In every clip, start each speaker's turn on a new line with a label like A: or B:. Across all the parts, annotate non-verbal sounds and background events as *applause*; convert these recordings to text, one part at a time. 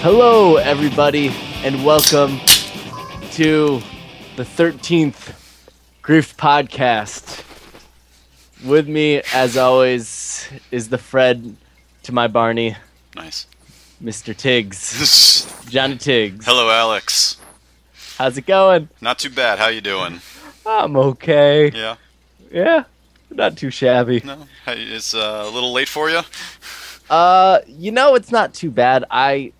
A: Hello, everybody, and welcome to the 13th Grief Podcast. With me, as always, is the Fred to my Barney,
B: Nice. *laughs*
A: Mr. Tiggs, Johnny Tiggs.
B: Hello, Alex.
A: How's it going?
B: Not too bad. How you doing?
A: I'm okay.
B: Yeah.
A: Yeah, not too shabby.
B: No. How, it's uh, a little late for you.
A: Uh, you know, it's not too bad. I,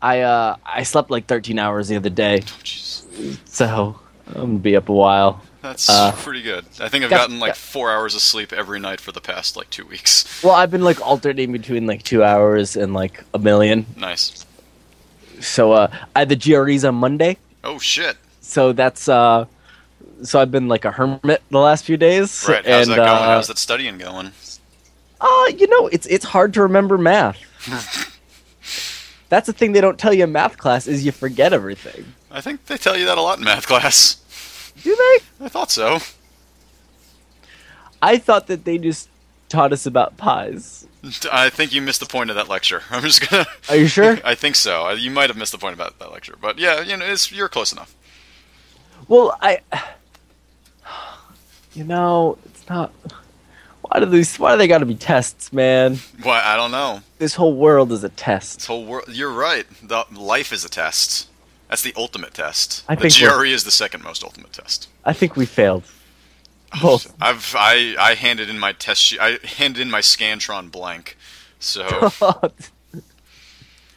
A: I, uh, I slept like 13 hours the other day,
B: Oh, jeez.
A: so I'm gonna be up a while.
B: That's
A: Uh,
B: pretty good. I think I've
A: got-
B: gotten like
A: got-
B: four hours of sleep every night for the past like two weeks. *laughs*
A: Well, I've been like alternating between like two hours and like a million.
B: Nice.
A: So uh, I had the GREs on Monday. *laughs*
B: Oh shit.
A: So that's uh, so I've been like a hermit the last few days.
B: Right. How's
A: and,
B: that going?
A: Uh,
B: How's that studying going?
A: uh, you know, it's it's hard to remember
B: *laughs*
A: math. that's the thing they don't tell you in math class is you forget everything.
B: I think they tell you that a lot in math *laughs* class.
A: Do they?
B: I thought so.
A: I thought that they just taught us about pies.
B: I think you missed the point of that lecture. *laughs* I'm just gonna.
A: Are you
B: *laughs*
A: sure?
B: I think so. You might have missed the point about that lecture, but yeah, you know, it's you're close enough.
A: Well, I, *sighs* you know, it's not. Why do these? Why do they got to be tests, man?
B: Why? I don't know.
A: This whole world is a
B: This
A: test.
B: whole world. You're right. The life is a test. That's the ultimate test.
A: I
B: the
A: think
B: GRE is the second most ultimate test.
A: I think we failed. Both.
B: I've I, I handed in my test sheet. I handed in my Scantron blank.
A: *laughs*
B: So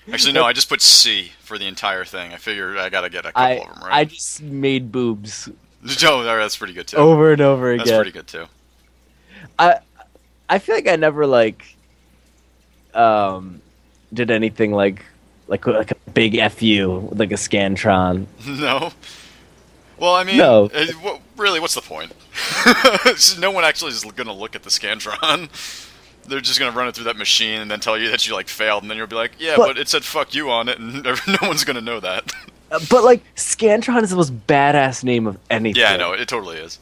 B: actually, no. I just put C for the entire thing. I figured I gotta get a couple
A: I
B: of them
A: I Oh
B: right.
A: just made boobs
B: *laughs* No, that's pretty good too.
A: over and over
B: that's
A: again.
B: pretty good too.
A: I I feel like I never like um did anything like like like a big fu like a scantron.
B: *laughs* No. Well, I mean,
A: No.
B: uh, wha- really, what's the point? *laughs* no one actually is going to look at the Scantron. *laughs* They're just going to run it through that machine and then tell you that you like failed, and then you'll be like, "Yeah,
A: But-
B: but, it said fuck you on it, and *laughs* no one's going to know that." *laughs*
A: Uh, But like scantron is the most badass name of anything.
B: yeah, I know it totally is.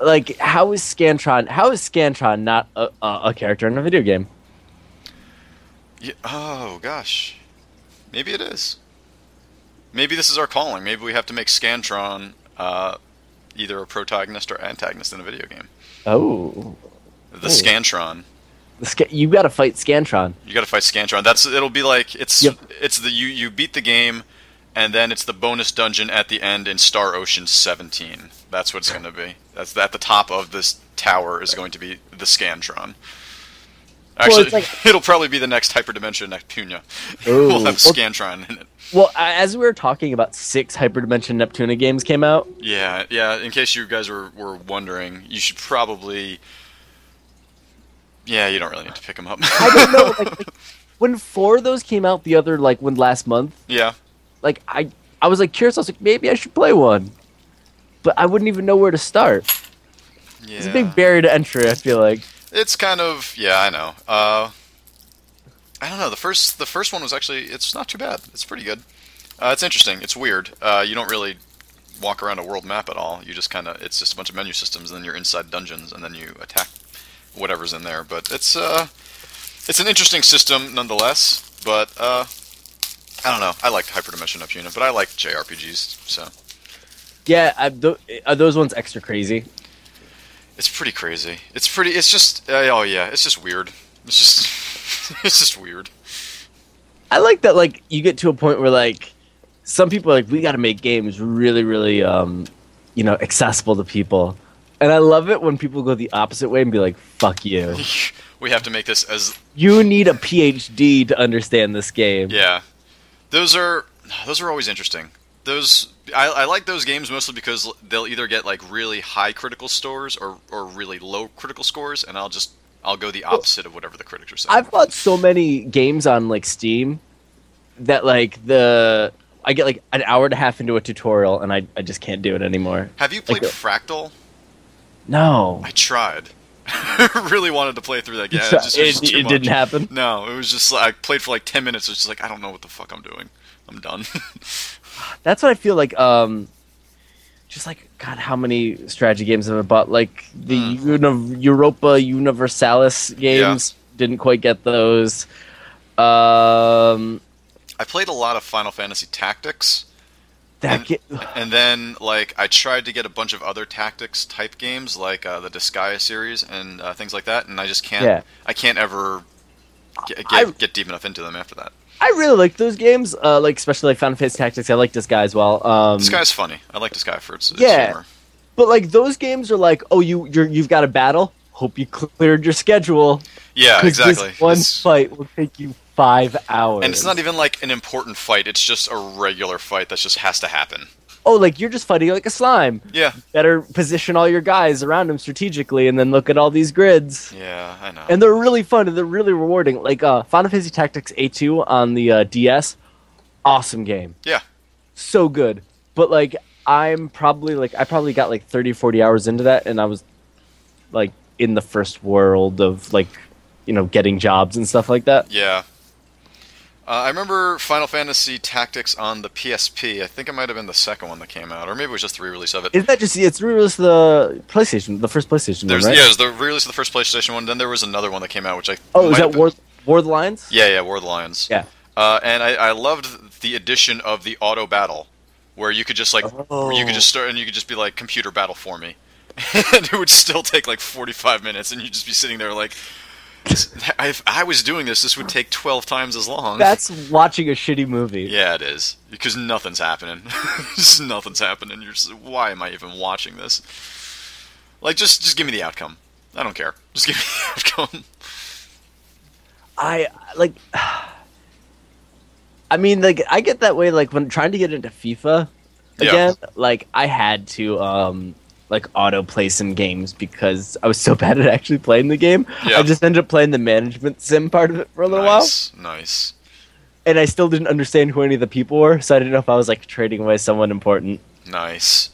A: like how is Scantron? How is Scantron not a, a, a character in a video game?
B: Yeah, oh gosh, maybe it is. Maybe this is our calling. Maybe we have to make Scantron uh, either a protagonist or antagonist in a video game.
A: Oh,
B: The
A: Oh.
B: Scantron.
A: the Sca- you got to fight Scantron.
B: You gotta fight Scantron. That's it'll be like it's
A: Yep.
B: it's the you you beat the game, and then it's the bonus dungeon at the end in Star Ocean 17. That's what it's gonna be. That's at the top of this tower is going to be the Scantron.
A: Well,
B: Actually,
A: it's like-
B: *laughs* it'll probably be the next hyperdimension Neptunia.
A: Ooh.
B: *laughs* we'll have
A: Well-
B: Scantron in it.
A: Well, a- as we were talking about, six Hyperdimension Neptuna games came out.
B: Yeah, yeah. In case you guys were, were wondering, you should probably. Yeah, you don't really need to pick them up.
A: I don't know. Like, like, when four of those came out, the other like when last month,
B: *laughs* yeah.
A: like I I was like curious. I was like maybe I should play one, but I wouldn't even know where to start.
B: Yeah.
A: It's a big barrier to entry. I feel like.
B: It's kind of yeah, I know. Uh, I don't know. The first the first one was actually it's not too bad. It's pretty good. Uh, it's interesting. It's weird. Uh, you don't really walk around a world map at all. You just kind of it's just a bunch of menu systems, and then you're inside dungeons, and then you attack whatever's in there. But it's uh, it's an interesting system nonetheless. But uh, I don't know. I like Hyperdimension Upuna, but I like JRPGs, so
A: Yeah, I, th- are those ones extra crazy?
B: it's pretty crazy. It's pretty. It's just uh, oh yeah. It's just weird. It's just *laughs* it's just weird.
A: I like that like you get to a point where like some people are like we got to make games really really um you know accessible to people. And I love it when people go the opposite way and be like fuck you.
B: we have to make this as
A: You need a PhD to understand this game.
B: yeah. Those are those are always interesting. Those I, I like those games mostly because they'll either get like really high critical scores or or really low critical scores, and I'll just I'll go the opposite of whatever the critics are saying.
A: I've bought so many games on like Steam that like the I get like an hour and a half into a tutorial and I, I just can't do it anymore.
B: have you played
A: like-
B: Fractal?
A: No.
B: I tried. *laughs* I really wanted to play through that game. It, just, it was
A: it,
B: too
A: it
B: much.
A: didn't happen.
B: No, it was just like I played for like ten minutes. It's just like I don't know what the fuck I'm doing. I'm done. *laughs*
A: That's what I feel like. Um, just like God, how many strategy games have I bought? Like the
B: Mm.
A: Uni- Europa Universalis games, didn't quite get those. Um,
B: I played a lot of Final Fantasy Tactics.
A: That
B: And-
A: ga-
B: and then like I tried to get a bunch of other tactics type games like uh, the Disgaea series and uh, things like that, and I just can't.
A: Yeah.
B: I can't ever get, get,
A: I- Mm.
B: get deep enough into them after that.
A: I really like those games, uh, like especially like Final Fantasy Tactics. I like this guy as well. Um,
B: This guy's funny. I like this guy for its, its
A: Yeah.
B: humor.
A: But like those games are like, oh, you you're, you've got a battle. Hope you cleared your schedule.
B: *laughs* Yeah,
A: 'cause
B: exactly.
A: This one
B: It's-
A: fight will take you five hours.
B: and it's not even like an important fight. It's just a regular fight that just has to happen.
A: Oh, like you're just fighting like a slime.
B: Yeah,
A: Better position all your guys around him strategically, and then look at all these grids.
B: yeah, I know.
A: And they're really fun and they're really rewarding. Like uh, Final Fantasy Tactics A2 on the uh, DS, awesome game.
B: yeah,
A: so good. But like I'm probably like I probably got like 30 40 hours into that and I was like in the first world of like you know getting jobs and stuff like that.
B: yeah. Uh, I remember Final Fantasy Tactics on the PSP. I think it might have been the second one that came out, or maybe it was just the re-release of it.
A: Isn't that just it's released the PlayStation, the first PlayStation
B: There's
A: one, right?
B: yeah, it was the release of the first PlayStation one. Then there was another one that came out, which I
A: oh, is
B: might
A: that
B: have been-
A: War War of the Lions?
B: Yeah, yeah, War of the Lions.
A: Yeah.
B: Uh, and I, I loved the addition of the auto battle, where you could just like where you
A: Oh.
B: could just start and you could just be like computer battle for me, *laughs* and it would still take like 45 minutes, and you'd just be sitting there like, "This- if I was doing this, this would take 12 times as long.
A: That's watching a shitty movie.
B: yeah, it is because nothing's happening. *laughs* just nothing's happening. You're just, why am I even watching this? Like just just give me the outcome. I don't care. *laughs* Just give me the outcome.
A: I like. *sighs* I mean, like I get that way. Like when trying to get into FIFA
B: Yeah.
A: again, like I had to um like auto play some games because I was so *laughs* bad at actually playing the game.
B: Yeah.
A: I just ended up playing the management sim part of it for a *laughs* little while,
B: nice, nice.
A: and I still didn't understand who any of the people were, so I didn't know if I was like trading away someone important.
B: Nice.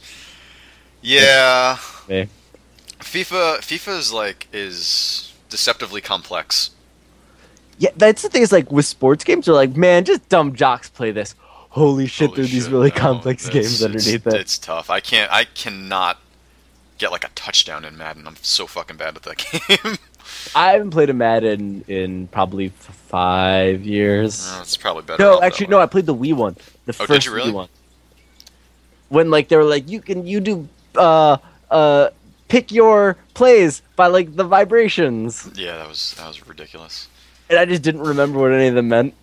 B: Yeah,
A: Eh.
B: FIFA. FIFA is like is deceptively complex.
A: Yeah, that's the thing. Is like with sports games, they're like, man, just dumb jocks play this. Holy shit,
B: Holy
A: there are these
B: shit,
A: really
B: no,
A: complex
B: that's-
A: games
B: it's-
A: underneath it.
B: It's tough. I can't. I cannot get like a touchdown in Madden. I'm so fucking bad at that *laughs* game.
A: I haven't played a Madden in probably f- five years.
B: Oh, it's probably better.
A: No, actually, no. I played the Wii one. The
B: Oh, did
A: first
B: you really?
A: Wii one. When like they were like, you can you do uh uh pick your plays by like the vibrations,
B: Yeah, that was that was ridiculous.
A: and I just didn't remember what any of them meant.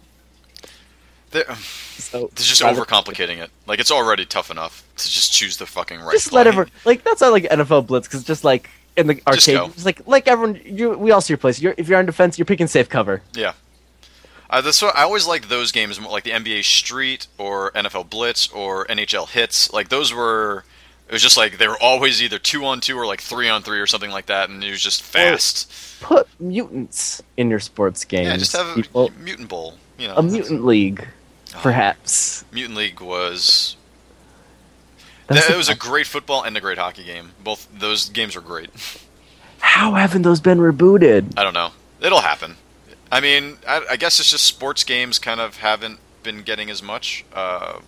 B: They're, *sighs*
A: So
B: they're just
A: rather-
B: overcomplicating it. Like it's already tough enough to just choose the fucking right.
A: Just let
B: play.
A: ever like that's not like NFL blitz because just like in the arcade,
B: go.
A: just like like everyone, you we all see your plays. You're, if you're on defense, you're picking safe cover.
B: Yeah. Uh, that's what, I always like those games, more like the NBA Street or NFL Blitz or NHL Hits. Like those were, it was just like they were always either two on two or like three on three or something like that, and it was just fast.
A: Put mutants in your sports games.
B: yeah, just have
A: people.
B: a mutant bowl. You know,
A: a mutant league,
B: Oh.
A: perhaps.
B: Mutant League was.
A: That's
B: That,
A: the-
B: it was a great football and a great hockey game. Both those games were great.
A: How haven't those been rebooted?
B: I don't know. It'll happen. I mean, I, I guess it's just sports games kind of haven't been getting as much. Uh,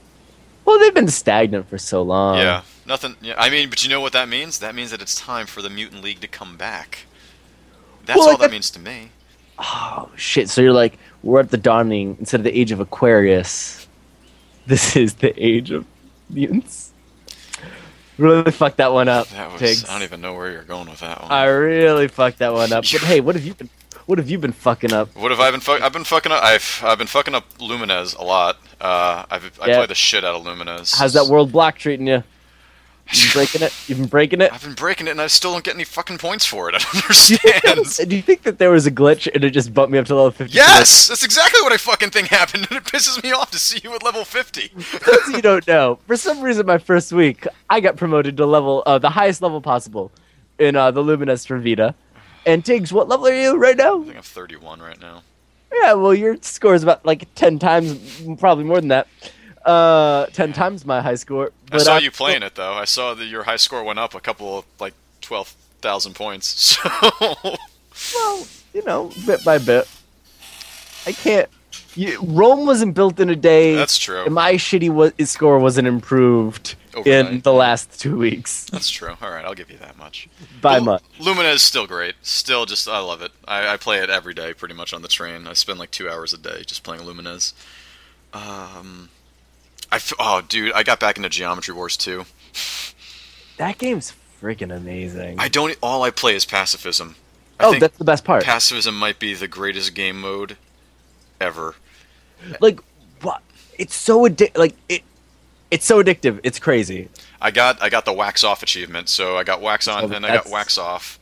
A: Well, they've been stagnant for so long.
B: Yeah, nothing. Yeah, I mean, but you know what that means? That means that it's time for the mutant league to come back. That's
A: Well,
B: all
A: like
B: that
A: that-
B: means to me.
A: Oh shit! So you're like, we're at the dawning instead of the age of Aquarius. *laughs* This is the age of mutants. Really fucked that one up.
B: That was.
A: Tiggs.
B: I don't even know where you're going with that one.
A: I really fucked that one up. But hey, what have you been? What have you been fucking up?
B: what have I been? Fu- I've been fucking up. I've I've been fucking up Lumines a lot. Uh, I've I
A: Yeah.
B: play the shit out of Lumines.
A: How's that world block treating you? You been breaking it? You been breaking it?
B: I've been breaking it, and I still don't get any fucking points for it. *laughs* I don't *laughs*
A: Do you, think that was- *laughs*
B: understand.
A: do you think that there was a glitch and it just bumped me up to level fifty?
B: Yes, that's exactly what I fucking think happened, and it pisses me off to see you at level *laughs* fifty.
A: That's what you don't know. For some reason, my first week, I got promoted to level uh, the highest level possible in uh, the Luminous for Vita. And Tiggs, what level are you right now?
B: I think I'm 31 right now.
A: Yeah, well, your score is about like ten times, probably more than that. Uh, ten times my high score.
B: I
A: But
B: saw
A: uh,
B: you playing it though. I saw that your high score went up a couple of like twelve thousand points. *laughs* So
A: Well, you know, bit by bit. I can't. You, Rome wasn't built in a day.
B: that's true.
A: And my shitty wa- score wasn't improved in
B: Overnight.
A: the last two weeks
B: that's true. All right, I'll give you that much.
A: by
B: Lu-
A: much.
B: Lumina is still great. Still, just I love it. I, I play it every day, pretty much on the train. I spend like two hours a day just playing Lumines. Um, I f- oh dude, I got back into Geometry Wars too.
A: That game's freaking amazing.
B: I don't. e, All I play is pacifism. I
A: oh,
B: think
A: that's the best part.
B: pacifism might be the greatest game mode ever.
A: like, what? It's so addic. Like it, it's so addictive. It's crazy.
B: I got I got the wax off achievement, so I got wax on
A: Oh,
B: and I got
A: that's-
B: wax off.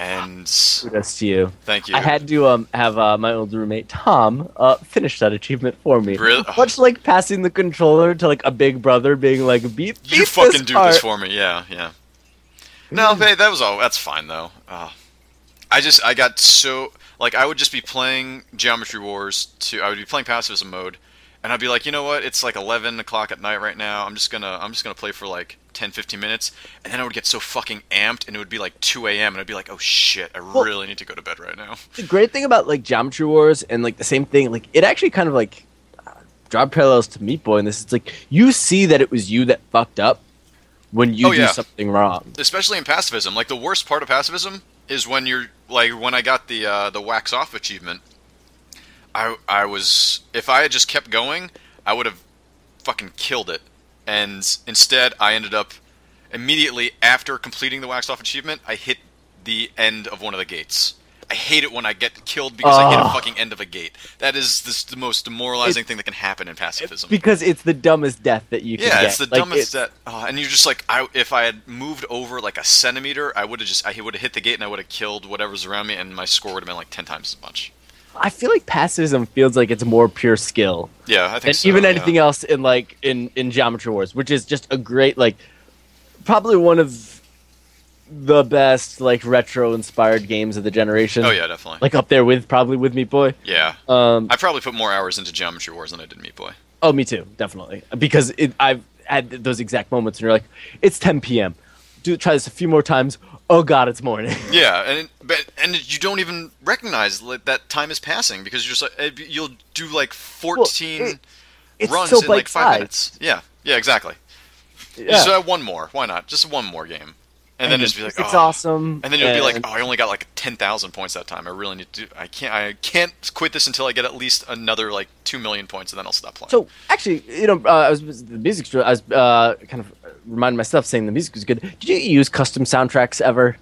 B: And
A: Kudos to you.
B: thank you.
A: I had to um, have uh, my old roommate Tom uh, finish that achievement for me.
B: Really?
A: Much like passing the controller to like a big brother, being like, "Beat, beat
B: you fucking
A: this
B: do
A: part. Mm.
B: this for me, yeah, yeah. No, hey, that was all. That's fine though. Uh, I just I got so like I would just be playing Geometry Wars to I would be playing pacifism mode, and I'd be like, you know what? It's like 11 o'clock at night right now. I'm just gonna I'm just gonna play for like 10, 15 minutes, and then I would get so fucking amped, and it would be like 2 a.m. and I'd be like, oh shit, I
A: Well-
B: really need to go to bed right now.
A: the great thing about like Geometry Wars and like the same thing, like it actually kind of like uh, draw parallels to Meat Boy in this. It's like you see that it was you that fucked up when you
B: Oh,
A: do
B: yeah.
A: something wrong.
B: especially in pacifism. Like the worst part of pacifism is when you're like when I got the uh, the wax off achievement. I I was if I had just kept going, I would have fucking killed it. And instead, I ended up immediately after completing the wax off achievement, I hit the end of one of the gates. I hate it when I get killed because I hit a
A: Ugh.
B: fucking end of a gate. That is this, the most demoralizing thing that can happen in pacifism.
A: Because it's the dumbest death that you can
B: Yeah,
A: get.
B: it's the
A: Like,
B: dumbest
A: it-
B: that. Oh, and you're just like, I if I had moved over like a centimeter, I would have just I would have hit the gate and I would have killed whatever's around me, and my score would have been like ten times as much.
A: I feel like pacifism feels like it's more pure skill
B: Yeah, I think.
A: than
B: so,
A: even
B: yeah.
A: anything else in like in in Geometry Wars, which is just a great like probably one of the best like retro inspired games of the generation.
B: Oh yeah, definitely.
A: Like up there with probably with Meat Boy.
B: yeah,
A: Um
B: I probably put more hours into Geometry Wars than I did Meat Boy.
A: Oh, me too, definitely. Because it, I've had those exact moments, and you're like, it's 10 p.m. Do try this a few more times. Oh God, it's morning. *laughs*
B: Yeah, and it- but and you don't even recognize like, that time is passing because you're just like, eh, you'll do like fourteen
A: it- It's
B: runs
A: so
B: in like
A: bite-sized.
B: five minutes. Yeah, yeah, exactly.
A: Yeah.
B: Just uh, one more. Why not? Just one more game, and, then just be like,
A: it's
B: oh.
A: awesome.
B: And then you'll be like, "Oh, I only got like ten thousand points that time. I really need to. I can't. I can't quit this until I get at least another like two million points, and then I'll stop playing."
A: So actually, you know, uh, I was the music's. I was uh, kind of reminding myself saying the music was good. Did you use custom soundtracks ever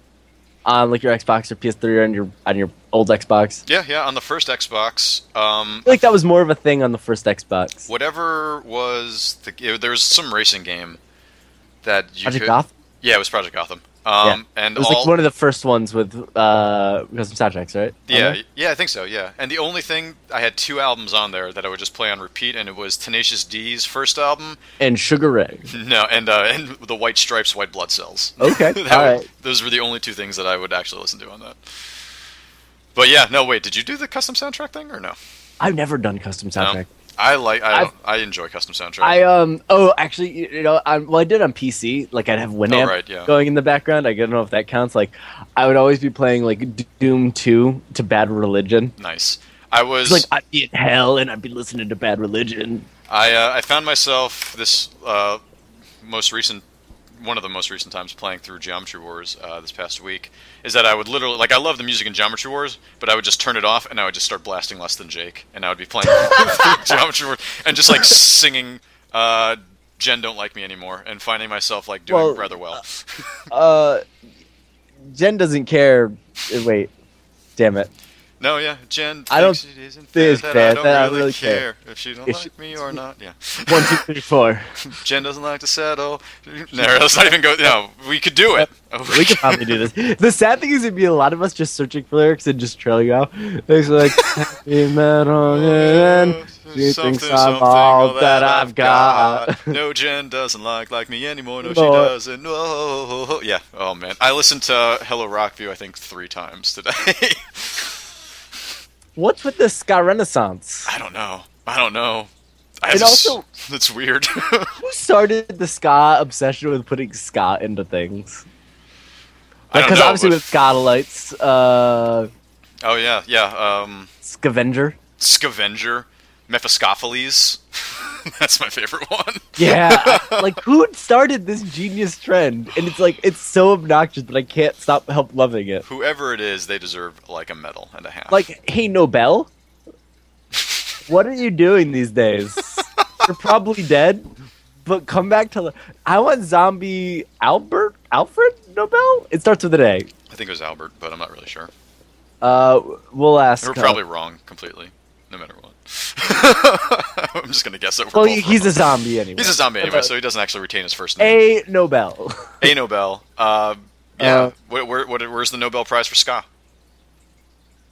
A: on like your Xbox or PS3 or on your on your old Xbox?
B: yeah, yeah. On the first Xbox, um,
A: I feel like that was more of a thing on the first Xbox.
B: whatever was the it, there was some racing game that you
A: Project
B: could.
A: Gotham?
B: Yeah, it was Project Gotham. Um, and
A: It was
B: all
A: like one of the first ones with uh, custom soundtracks, right? On
B: Yeah,
A: there?
B: yeah, I think so. Yeah, and the only thing I had two albums on there that I would just play on repeat, and it was Tenacious D's first album,
A: And Sugar
B: *laughs*
A: Ray.
B: no, and uh, and the White Stripes, White Blood Cells.
A: Okay,
B: *laughs* That
A: all
B: would-
A: right.
B: Those were the only two things that I would actually listen to on that. But yeah, no, wait, did you do the custom soundtrack thing or no?
A: I've never done custom soundtrack.
B: I like I
A: I've-
B: I enjoy custom soundtrack.
A: I um oh actually you you know I, well I did on PC like I'd have Winamp
B: Oh, right, yeah.
A: going in the background I don't know if that counts like I would always be playing like D- Doom Two to Bad Religion
B: nice. I was
A: it's like I'd be in hell and I'd be listening to Bad Religion
B: I uh, I found myself this uh, most recent one of the most recent times playing through Geometry Wars uh, this past week is that I would literally like I love the music in Geometry Wars, but I would just turn it off and I would just start blasting Less Than Jake, and I would be playing *laughs* through Geometry Wars and just like singing. Uh, Jen don't like me anymore, and finding myself like doing
A: Well,
B: rather well.
A: uh Jen doesn't care uh, wait damn it
B: no, yeah, Jen.
A: I don't
B: thinks it isn't
A: think
B: fair
A: it's
B: that
A: fair
B: I don't
A: that I
B: really,
A: really
B: care,
A: care.
B: if she don't
A: If
B: like
A: she- *laughs*
B: me or not. Yeah.
A: one two three four
B: Jen doesn't like to settle. No,
A: *laughs*
B: let's not even go. No, we could do it.
A: we could probably do this the sad thing is it'd be a lot of us just searching for lyrics and just trailing out it's like happy
B: *laughs*
A: metal and she thinks I'm all that I've got. *laughs*
B: No, Jen doesn't like like me anymore. No, she
A: No.
B: doesn't. No. Yeah. Oh man, I listened to Hello Rockview I think three times today. *laughs*
A: What's with this ska renaissance?
B: I don't know. I don't know. I
A: It
B: just- *laughs*
A: also-
B: it's weird.
A: Who started the ska obsession with putting ska into things?
B: I don't
A: Because
B: know,
A: obviously
B: but-
A: with ska lights, uh,
B: oh yeah, yeah. Um,
A: scavenger.
B: Scavenger, Mephistopheles. *laughs* That's my favorite one. *laughs*
A: Yeah, *laughs* like who started this genius trend? And it's like it's so obnoxious, but I can't stop help loving it.
B: Whoever it is, they deserve like a medal and a half.
A: Like, hey Nobel, what are you doing these days? you're probably dead, but come back to. li- I want zombie Albert Alfred Nobel. It starts with an A.
B: I think it was Albert, but I'm not really sure.
A: Uh, we'll ask.
B: We're
A: uh,
B: probably wrong completely, no matter what. *laughs* I'm just gonna guess that we're
A: Well,
B: both
A: Oh, he's
B: wrong.
A: a zombie anyway.
B: he's
A: *laughs*
B: a zombie anyway,
A: Okay.
B: so he doesn't actually retain his first name.
A: A Nobel. *laughs*
B: A, Nobel. Uh, yeah.
A: Uh,
B: where, where, what, where's the Nobel Prize for ska?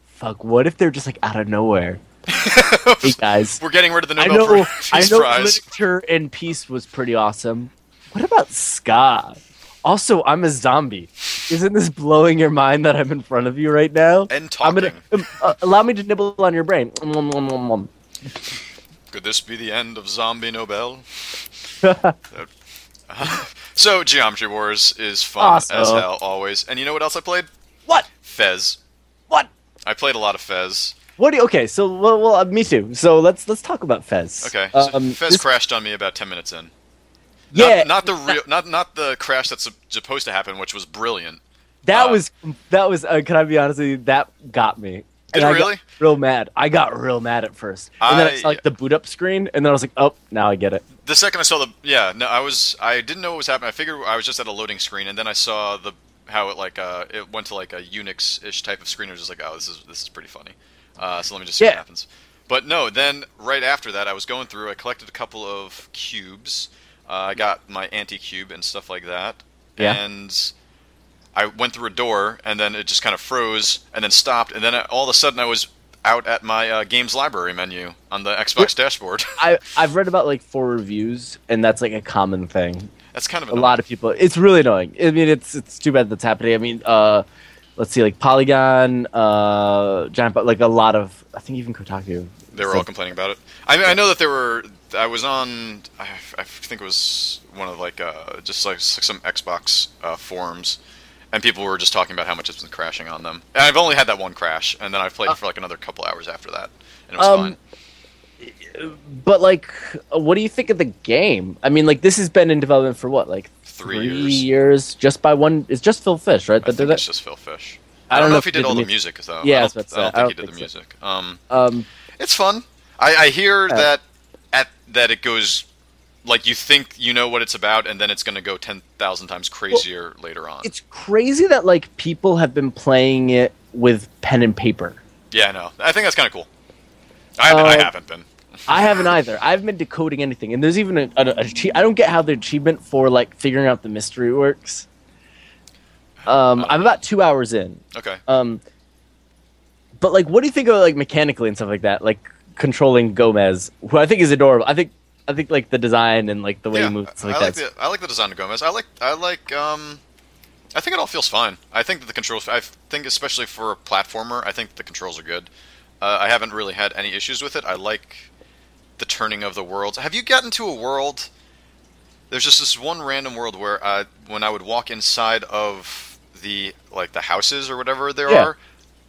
A: Fuck. What if they're just like out of nowhere? hey guys,
B: *laughs* We're getting rid of the
A: I
B: Nobel
A: know.
B: Prize.
A: I know.
B: Prize.
A: Literature and peace was pretty awesome. What about ska? Also, I'm a zombie. Isn't this blowing your mind that I'm in front of you right now?
B: And
A: I'm gonna um,
B: talking.
A: uh, allow me to nibble on your brain. *laughs* Nom, nom, nom, nom.
B: Could this be the end of Zombie Nobel? Uh, so Geometry Wars is fun
A: Awesome.
B: as hell always. And you know what else I played?
A: What?
B: Fez.
A: What?
B: I played a lot of Fez.
A: What? Do you, okay, so well, well uh, me too. So let's let's talk about Fez.
B: Okay, so
A: Um,
B: Fez
A: this-
B: crashed on me about ten minutes in. Not-
A: yeah,
B: not, the real, not not the crash that's sup- supposed to happen, which was brilliant.
A: that
B: uh,
A: was that was. Uh, can I be honest with you? That got me.
B: Did
A: I
B: it
A: got
B: really?
A: real mad. I got real mad at first, and then I
B: I-
A: saw like the boot up screen, and then I was like, oh, now I get it.
B: The second I saw the yeah, no, I was I didn't know what was happening. I figured I was just at a loading screen, and then I saw the how it like uh it went to like a Unix ish type of screen. I was just like, oh, this is this is pretty funny. Uh, so let me just see
A: Yeah.
B: what happens. But no, then right after that, I was going through. I collected a couple of cubes. Uh, I got my anti cube and stuff like that.
A: Yeah.
B: And I went through a door, and then it just kind of froze, and then stopped, and then I, all of a sudden I was out at my uh, games library menu on the Xbox dashboard. *laughs*
A: I I've read about like four reviews, and that's like a common thing.
B: That's kind of
A: A lot of people. It's really annoying. I mean, it's it's too bad that's happening. I mean, uh, let's see, like Polygon, uh, Giant, but like a lot of I think even Kotaku.
B: They were
A: said-
B: all complaining about it. I mean, I know that there were. I was on. I, I think it was one of like uh, just like s- some Xbox uh, forums, and people were just talking about how much it's been crashing on them. And I've only had that one crash, and then I've played for like another couple hours after that, and it was
A: Oh. Um,
B: fine.
A: But like, uh, what do you think of the game? I mean, like this has been in development for what, like
B: Three years.
A: just by one. It's just Phil Fish, right?
B: I
A: That
B: think
A: did
B: it's
A: it.
B: just Phil Fish.
A: I
B: I
A: don't
B: don't
A: know
B: know
A: if
B: if he
A: he
B: did
A: did
B: all
A: the
B: the
A: mu-
B: music though.
A: Yeah,
B: I
A: that's
B: don't,
A: what
B: I
A: I'm saying.
B: don't think he
A: I
B: did the
A: don't
B: music. Um,
A: Um,
B: It's fun. I, I hear
A: Yeah.
B: that at that it goes like you think you know what it's about, and then it's going to go ten thousand times crazier later on.
A: it's crazy that like people have been playing it with pen and paper.
B: Yeah, I know. I think that's kind of cool. I haven't, I
A: Uh,
B: haven't been.
A: I
B: *sighs*
A: haven't either. I haven't been decoding anything, and there's even a, a, a achie- I don't get how the achievement for like figuring out the mystery works. Um, I'm about two hours in,
B: Okay.
A: um, but like, what do you think of like mechanically and stuff like that? Like controlling Gomez, who I think is adorable. I think I think like the design and like the way
B: yeah,
A: he moves, and stuff
B: I
A: like
B: like
A: that.
B: the I like the design of Gomez. I like I like um, I think it all feels fine. I think that the controls. I think especially for a platformer, I think the controls are good. Uh, I haven't really had any issues with it. I like the turning of the worlds. Have you gotten to a world? There's just this one random world where uh, when I would walk inside of the like the houses or whatever there
A: Yeah.
B: are,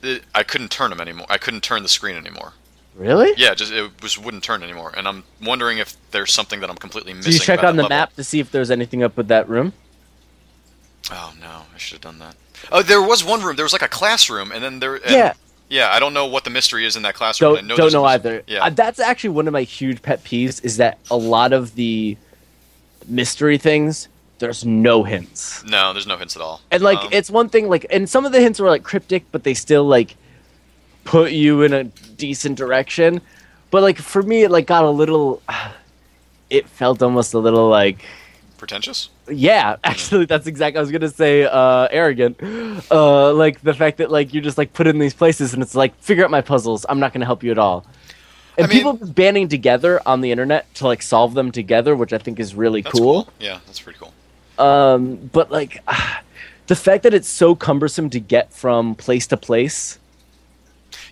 B: it, I couldn't turn them anymore. I couldn't turn the screen anymore.
A: Really?
B: Yeah, just it just wouldn't turn anymore, and I'm wondering if there's something that I'm completely
A: Do
B: missing.
A: you check
B: about
A: on the
B: that level.
A: map to see if there's anything up with that room?
B: Oh no, I should have done that. Oh, there was one room. There was like a classroom, and then there. and-
A: Yeah.
B: Yeah, I don't know what the mystery is in that classroom.
A: don't
B: I
A: know
B: there's-
A: don't know either.
B: Yeah.
A: Uh, that's actually one of my huge pet peeves is that a lot of the mystery things there's no hints.
B: no, there's no hints at all.
A: And like
B: Um,
A: it's one thing like and some of the hints were like cryptic but they still like put you in a decent direction. But like for me it like got a little *sighs* it felt almost a little like
B: pretentious.
A: yeah, *laughs* actually, that's exactly. I was gonna say uh, arrogant, *gasps* uh, like the fact that like you're just like put in these places and it's like figure out my puzzles. I'm not gonna help you at all. And
B: I mean-
A: people banding together on the internet to like solve them together, which I think is really
B: That's cool.
A: cool.
B: Yeah, that's pretty cool.
A: Um, but like *sighs* the fact that it's so cumbersome to get from place to place.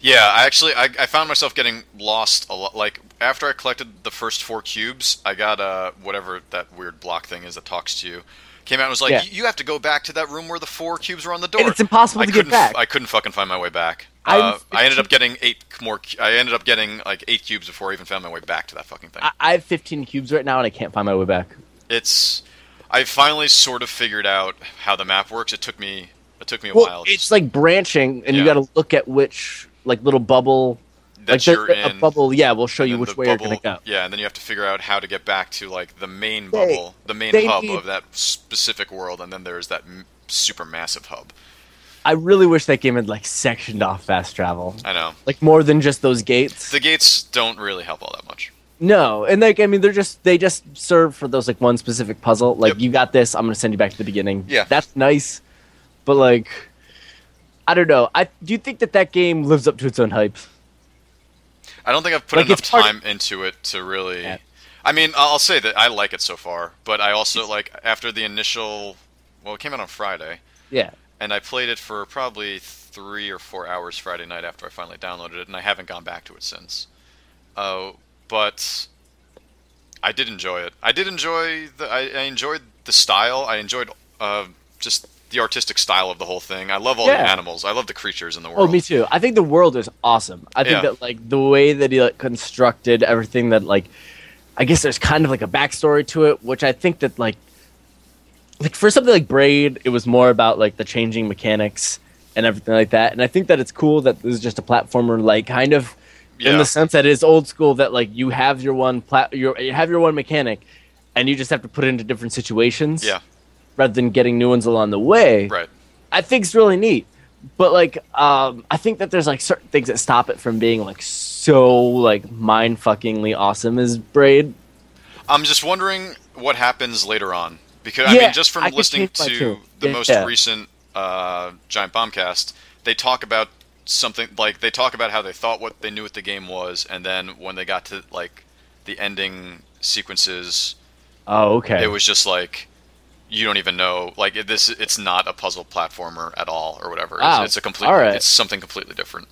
B: Yeah, I actually I, I found myself getting lost a lot. Like after I collected the first four cubes, I got uh whatever that weird block thing is that talks to you. Came out and was like,
A: Yeah.
B: "You- "You have to go back to that room where the four cubes were on the door."
A: And it's impossible
B: I
A: to
B: couldn't.
A: get back.
B: I couldn't fucking find my way back.
A: I'm
B: Uh, I ended up
A: fifteen-
B: getting eight more. cu- I ended up getting like eight cubes before I even found my way back to that fucking thing.
A: I, I have 15 cubes right now and I can't find my way back.
B: it's. I finally sort of figured out how the map works. It took me. It took me a
A: Well,
B: while.
A: it's like branching, and you
B: Yeah.
A: got to look at which like little bubble
B: that
A: like
B: you're
A: there-
B: in.
A: a bubble. Yeah, we'll show
B: and
A: you
B: then
A: which
B: the
A: way you're gonna
B: bubble-
A: go.
B: Yeah, and then you have to figure out how to get back to like the main
A: They-
B: bubble, the main
A: they
B: hub
A: need-
B: of that specific world, and then there's that m- super massive hub.
A: I really wish that game had like sectioned off fast travel,
B: I know
A: like more than just those gates.
B: the gates don't really help all that much.
A: No, and like I mean, they're just they just serve for those like one specific puzzle. Like
B: Yep.
A: you got this, I'm gonna send you back to the beginning.
B: Yeah.
A: that's nice, but like, I don't know. I do you think that that game lives up to its own hype?
B: I don't think I've put
A: Like,
B: enough
A: it's hard-
B: time into it to really.
A: Yeah.
B: I mean, I'll I'll say that I like it so far, but I also like after the initial. Well, it came out on Friday,
A: Yeah,
B: and I played it for probably three or four hours Friday night after I finally downloaded it, and I haven't gone back to it since. Uh, but I did enjoy it. I did enjoy the. I, I enjoyed the style. I enjoyed uh, just the artistic style of the whole thing. I love all the
A: Yeah.
B: animals. I love the creatures in the
A: Oh,
B: world.
A: me too. I think the world is awesome. I think
B: Yeah.
A: that like the way that he like constructed everything that like I guess there's kind of like a backstory to it, which I think that like like for something like Braid, it was more about like the changing mechanics and everything like that. And I think that it's cool that this is just a platformer like kind of in
B: Yeah.
A: the sense that it is old school that like you have your one plat your you have your one mechanic and you just have to put it into different situations
B: Yeah.
A: rather than getting new ones along the way.
B: Right.
A: I think it's really neat. But like, um, I think that there's like certain things that stop it from being like so like mind fuckingly awesome as Braid.
B: I'm just wondering what happens later on because I
A: Yeah,
B: mean, just from
A: I could
B: listening
A: change my
B: to
A: tune.
B: the
A: Yeah.
B: most recent uh, Giant Bombcast, they talk about something like they talk about how they thought what they knew what the game was, and then when they got to like the ending sequences,
A: Oh, okay.
B: it was just like you don't even know like it- this. It's not a puzzle platformer at all or whatever. It's-
A: Wow.
B: It's, a complete.
A: All right.
B: It's something completely different.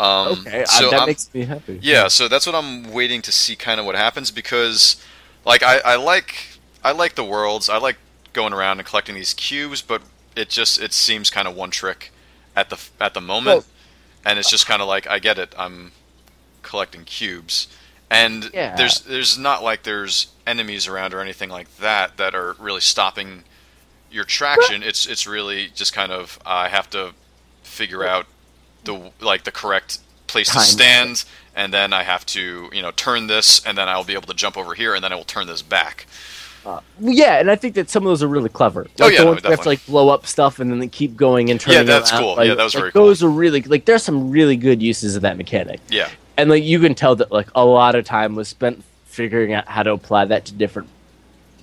B: Um,
A: okay, uh,
B: so
A: that
B: I'm-
A: makes me happy.
B: yeah, so that's what I'm waiting to see kind of what happens because like I, I like I like the worlds. I like going around and collecting these cubes, but it just it seems kind of one trick at the at the moment.
A: Well-
B: and it's just kind of like I get it. I'm collecting cubes. And
A: Yeah.
B: there's there's not like there's enemies around or anything like that that are really stopping your traction. It's it's really just kind of I have to figure out the like the correct place to
A: Time.
B: stand, and then I have to you know turn this, and then I'll be able to jump over here, and then I will turn this back.
A: Well, yeah, and I think that some of those are really clever. Like
B: Oh, yeah,
A: the
B: no,
A: ones where you have to
B: definitely.
A: like blow up stuff and then they keep going and turning.
B: that's
A: around.
B: cool.
A: Like,
B: Yeah, that was
A: like,
B: very cool.
A: Those are really like there's some really good uses of that mechanic.
B: Yeah,
A: and like you can tell that like a lot of time was spent figuring out how to apply that to different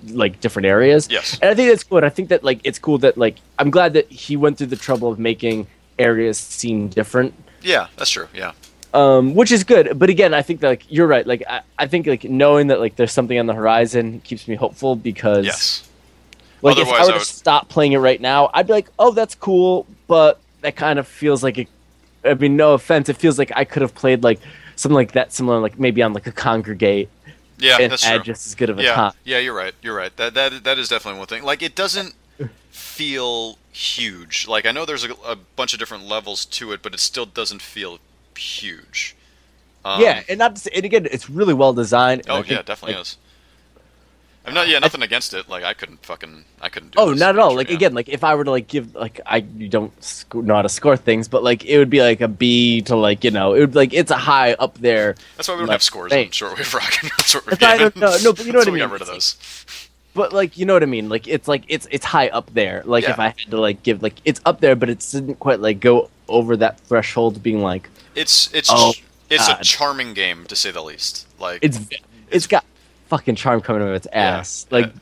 A: like different areas
B: Yes.
A: and i think that's cool and i think that like it's cool that like i'm glad that he went through the trouble of making areas seem different
B: yeah, that's true. Yeah,
A: um which is good but again i think that, like you're right like I, I think like knowing that like there's something on the horizon keeps me hopeful because
B: yes,
A: like if
B: Otherwise,
A: I
B: I
A: were
B: would-
A: to stop playing it right now, I'd be like, oh, that's cool, but that kind of feels like it. I mean, no offense, it feels like I could have played like something like that similar, like maybe on like a congregate
B: yeah,
A: and
B: that's
A: add
B: true.
A: just as good of a
B: Yeah,
A: time.
B: yeah, you're right. You're right. That that that is definitely one thing. Like it doesn't feel huge. Like I know there's a, a bunch of different levels to it, but it still doesn't feel huge. Um,
A: yeah, and not to say, and again, it's really well designed. and
B: Oh
A: I
B: yeah,
A: think,
B: it definitely
A: like-
B: is. I'm not. Yeah, nothing against it. Like I couldn't fucking. I couldn't do.
A: Oh,
B: this
A: not at all.
B: much,
A: Like
B: yeah.
A: again, like if I were to like give like I you don't sc- know how to score things, but like it would be like a B to like you know it would like it's a high up there.
B: That's why we don't
A: like,
B: have scores
A: thing.
B: on shortwave rock and shortwave
A: That's why I
B: gaming.
A: don't know- no, but you know what I
B: That's why We got
A: mean.
B: rid of those.
A: but like you know what I mean. Like it's like it's it's high up there. Like
B: Yeah.
A: if I had to like give like it's up there, but it didn't quite like go over that threshold. Being like
B: It's it's
A: Oh,
B: it's a
A: God.
B: charming game to say the least. Like
A: it's
B: It's-
A: it's got fucking charm coming out of its
B: Yeah,
A: ass. Like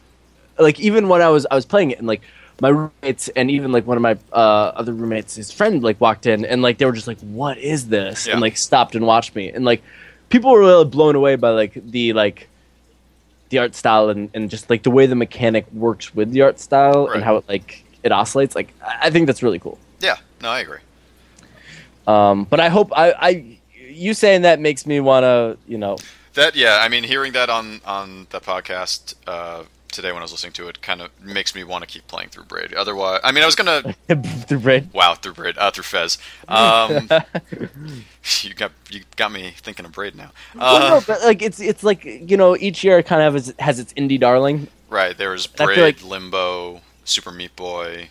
A: like even when I was I was playing it and like my roommates and even like one of my uh, other roommates, his friend like walked in and like they were just like, "What is this?"
B: Yeah.
A: and like stopped and watched me and like people were really blown away by like the like the art style and, and just like the way the mechanic works with the art style
B: Right.
A: and how it like it oscillates. Like I I think that's really cool.
B: yeah. No, I agree.
A: Um, but I hope I, I you saying that makes me want to you know *laughs*
B: That yeah, I mean, hearing that on on that podcast uh, today when I was listening to it kind of makes me want to keep playing through Braid. Otherwise, I mean, I
A: *laughs*
B: was gonna
A: through brain.
B: wow through Braid uh, through Fez.
A: *laughs*
B: Um, you got you got me thinking of Braid now.
A: Well,
B: Uh,
A: no, but like it's it's like you know each year it kind of has, has its indie darling,
B: right, there was
A: I feel
B: Braid,
A: like-
B: Limbo, Super Meat Boy.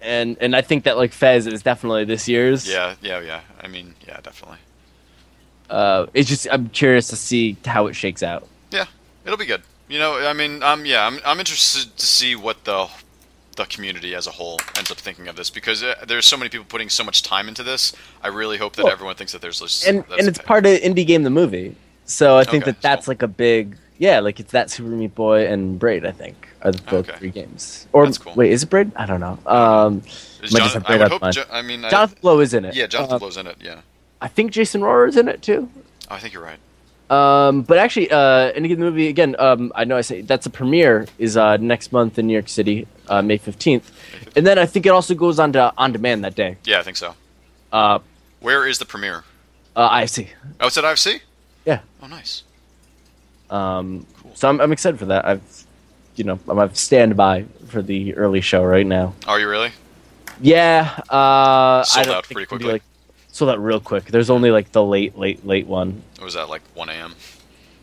A: and and I think that like Fez is definitely this year's.
B: Yeah, yeah, yeah. I mean, yeah, definitely.
A: uh, it's just I'm curious to see how it shakes out.
B: Yeah, it'll be good. You know, I mean, um, yeah, I'm, I'm interested to see what the the community as a whole ends up thinking of this because uh, there's so many people putting so much time into this. I really hope that
A: Well,
B: everyone thinks that there's this,
A: and
B: that's
A: and it's
B: okay.
A: part of indie game the movie. So I think
B: Okay,
A: that that's
B: so-
A: like a big yeah, like it's that Super Meat Boy and Braid. I think are the both
B: Okay.
A: three games. Or
B: That's cool.
A: wait, is it Braid? I don't know. Um,
B: Is
A: might
B: Jon-
A: just have
B: I
A: Braid
B: would
A: out
B: hope.
A: of mind.
B: Jo- I mean, I-
A: Jonathan Blow is in it.
B: yeah, Jonathan
A: Uh,
B: Blow's in it. Yeah,
A: I think Jason Rohrer's in it too.
B: oh, I think you're right.
A: Um, but actually, uh, Indie Game the movie again. Um, I know I say that's a premiere is uh, next month in New York City, uh, May fifteenth, and then I think it also goes on to on demand that day.
B: Yeah, I think so.
A: Uh,
B: Where is the premiere?
A: uh, IFC.
B: Oh, it's at IFC.
A: Yeah.
B: Oh, nice.
A: Um, so I'm, I'm excited for that. I've, you know, I'm on standby for the early show right now.
B: Oh, Are you really?
A: Yeah, uh,
B: Sold
A: I don't
B: out
A: think
B: pretty
A: it can be,
B: quickly.
A: Like, sold out real quick. There's only like the late, late, late one.
B: Or was that like 1 a.m.?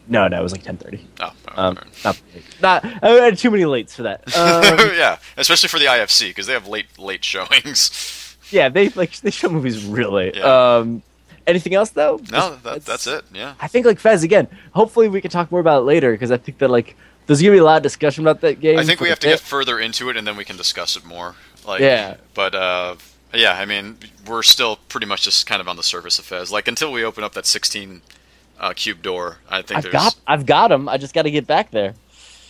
A: No, no, it was like 10:30.
B: Oh, oh,
A: Um,
B: alright.
A: not, not. I had too many lates for that. *laughs*
B: *laughs*
A: Um,
B: yeah, especially for the IFC because they have late late showings. *laughs*
A: yeah, they like they show movies real late.
B: Yeah.
A: Um, anything else though?
B: No,
A: Just-
B: that, that's it. Yeah.
A: I think like Fez again. Hopefully, we can talk more about it later because I think that like there's gonna be a lot of discussion about that game.
B: I think
A: for
B: we
A: the
B: have to get
A: bit.
B: further into it and then we can discuss it more. Like,
A: Yeah.
B: But uh, yeah, I mean, we're still pretty much just kind of on the surface of Fez. Like until we open up that 16 uh, cube door, I think
A: I've
B: there's
A: got, I've got them. I just got to get back there.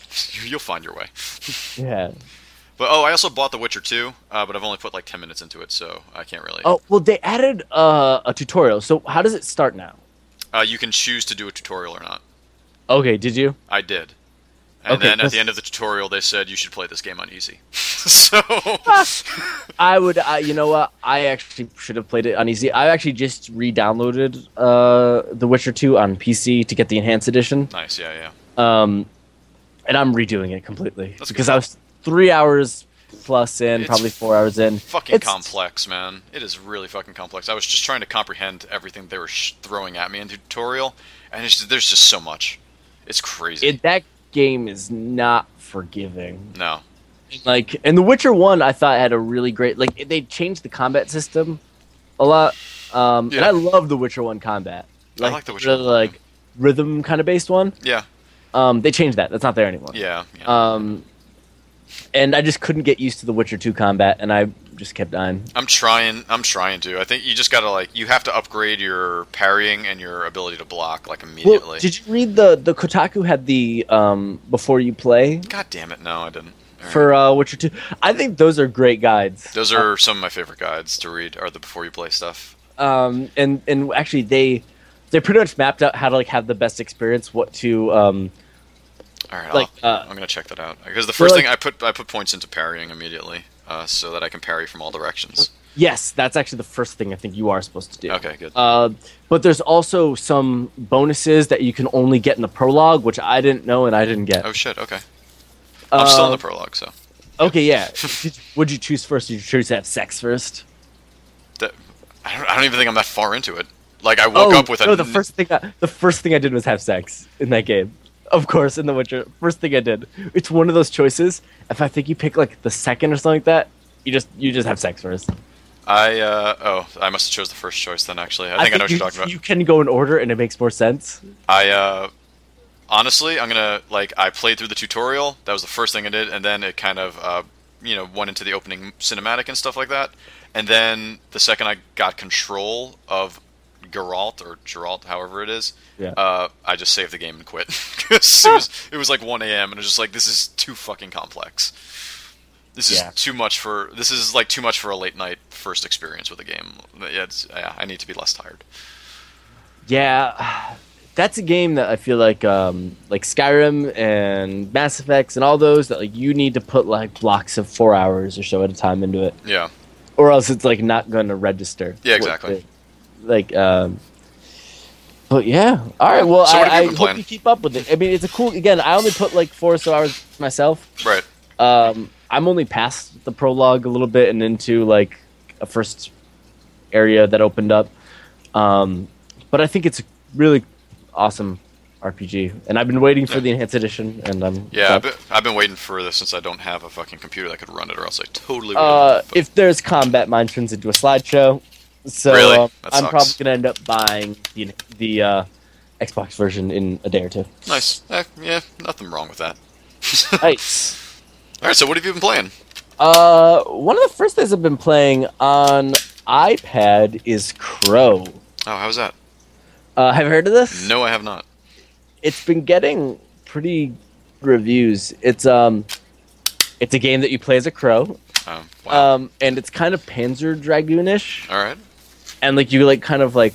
B: *laughs* you'll find your way.
A: Yeah.
B: But oh, I also bought The Witcher 2, uh, but I've only put like 10 minutes into it, so I can't really.
A: Oh well, they added uh, a tutorial. So how does it start now?
B: Uh, you can choose to do a tutorial or not.
A: Okay, did you?
B: I did. And
A: Okay,
B: then at
A: that's-
B: the end of the tutorial, they said you should play this game on easy. *laughs*
A: *laughs*
B: so
A: I would. I, you know what? I actually should have played it on easy. I actually just re-downloaded uh, The Witcher 2 on PC to get the enhanced edition,
B: nice, yeah, yeah.
A: um, and I'm redoing it completely
B: That's
A: because
B: good.
A: I was three hours plus in,
B: It's
A: probably four hours in.
B: fucking
A: It's-
B: complex, man. It is really fucking complex. I was just trying to comprehend everything they were sh- throwing at me in the tutorial, and it's there's just so much. It's crazy.
A: It, that game is not forgiving.
B: no,
A: like and the witcher 1 i thought had a really great like it- they changed the combat system a lot um and
B: Yeah.
A: i love the witcher 1 combat
B: I like The Witcher
A: really,
B: 1,
A: like rhythm kind of based one
B: yeah,
A: um they changed that that's not there anymore
B: yeah, yeah.
A: um and i just couldn't get used to the witcher 2 combat and i just kept dying
B: I'm trying. I'm trying to. I think you just gotta like you have to upgrade your parrying and your ability to block like immediately.
A: well, did you read the the kotaku had the um before you play
B: God damn it! No, I didn't. All right.
A: for uh witcher 2 i think those are great guides
B: Those are some of my favorite guides to read. Are the before you play stuff.
A: um, and and actually they they pretty much mapped out how to like have the best experience, what to um,
B: All right,
A: Like,
B: I'll,
A: uh,
B: I'm gonna check that out because the first
A: like-
B: thing I put I put points into parrying immediately, uh, so that I can parry from all directions.
A: yes, that's actually the first thing I think you are supposed to do.
B: Okay, good.
A: Uh, but there's also some bonuses that you can only get in the prologue, which I didn't know and I didn't get.
B: Oh shit! Okay, I'm still in
A: uh,
B: the prologue, so
A: Okay,
B: *laughs*
A: yeah. Did- would you choose first? Did you choose to have sex first?
B: that, I don't. I don't even think I'm that far into it. Like I woke
A: oh,
B: up with a
A: no. The
B: n-
A: first thing I, the first thing I did was have sex in that game. Of course, in The Witcher, first thing I did. It's one of those choices. If I think you pick like the second or something like that, you just you just have sex first.
B: I uh, oh, I must have chose the first choice then. Actually, I think I, know what
A: you,
B: you're talking about.
A: You can go in order, and it makes more sense.
B: I uh, honestly, I'm gonna like I played through the tutorial. That was the first thing I did, and then it kind of uh, you know went into the opening cinematic and stuff like that. And then the second I got control of Geralt or Geralt, however it is,
A: Yeah.
B: uh, I just saved the game and quit. *laughs* 'Cause
A: *laughs*
B: it, was, it was like 1 a.m. and it was just like this is too fucking complex. This is
A: Yeah.
B: too much for this is like too much for a late night first experience with a game. Yeah, it's, yeah, I need to be less tired.
A: Yeah, that's a game that I feel like, um, like Skyrim and Mass Effects and all those that like you need to put like blocks of four hours or so at a time into it,
B: Yeah.
A: or else it's like not going to register.
B: Yeah,
A: what
B: exactly.
A: the- like, um, but yeah, all right. Well,
B: So what have you
A: I, I
B: been
A: hope
B: playing?
A: you keep up with it. I mean, it's a cool. Again, I only put like four or so hours myself.
B: Right.
A: um, I'm only past the prologue a little bit and into like a first area that opened up. Um, but I think it's a really awesome RPG, and I've been waiting for the enhanced edition, and I'm
B: Yeah, I've
A: so-
B: been, I've been waiting for this since I don't have a fucking computer that could run it, or else I totally would.
A: uh,
B: have, but-
A: if there's combat, mine turns into a slideshow. So
B: Really?
A: uh,
B: That
A: I'm
B: sucks.
A: probably gonna end up buying the the uh, Xbox version in a day or two.
B: Nice. Eh, yeah, nothing wrong with that. *laughs*
A: Nice.
B: All right, so what have you been playing?
A: Uh, one of the first things I've been playing on iPad is Crow.
B: Oh, how's that?
A: Uh, have you heard of this?
B: No, I have not.
A: It's been getting pretty reviews. It's um, it's a game that you play as a crow,
B: Um, wow.
A: um, and it's kind of Panzer Dragoonish,
B: All right.
A: and like you like kind of like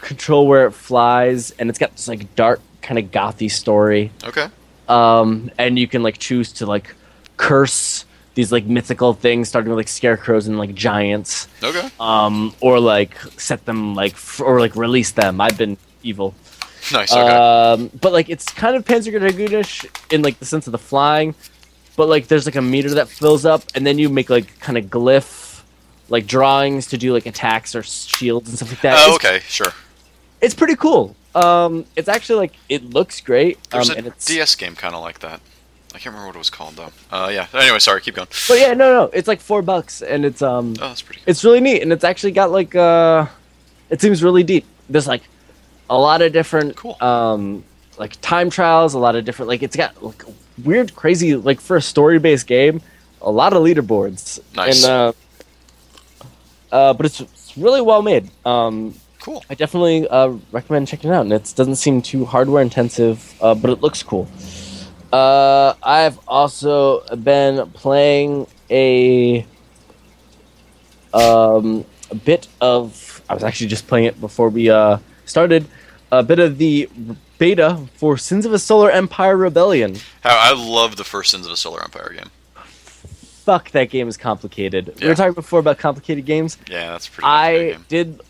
A: control where it flies, and it's got this like dark kind of gothy story.
B: Okay.
A: um, and you can like choose to like curse these like mythical things, starting with like scarecrows and like giants,
B: Okay.
A: um, or like set them like f- or like release them. I've been evil,
B: Nice. Okay.
A: um, but like it's kind of Panzer Dragoonish in like the sense of the flying, but like there's like a meter that fills up, and then you make like kind of glyph like drawings to do like attacks or shields and stuff like that. It's-
B: oh, okay. Sure.
A: it's, pretty cool. Um, it's actually like it looks great, um,
B: There's
A: and
B: a
A: it's
B: DS game kind of like that. I can't remember what it was called though. Uh, yeah. Anyway, sorry. Keep going.
A: but yeah, no, no, it's like four bucks, and it's um,
B: Oh, that's pretty. Good.
A: it's really neat and it's actually got like uh it seems really deep there's like a lot of different
B: Cool.
A: um like time trials a lot of different like it's got like weird crazy like for a story based game a lot of leaderboards and
B: Nice.
A: uh uh but it's, it's really well made um
B: Cool.
A: i definitely uh recommend checking it out and it doesn't seem too hardware intensive uh but it looks cool uh i've also been playing a um, a bit of. I was actually just playing it before we uh, started. A bit of the beta for Sins of a Solar Empire Rebellion.
B: How I love the first Sins of a Solar Empire game.
A: Fuck, that game is complicated. We
B: Yeah.
A: were talking before about complicated games.
B: Yeah, that's a pretty. good
A: I
B: game.
A: did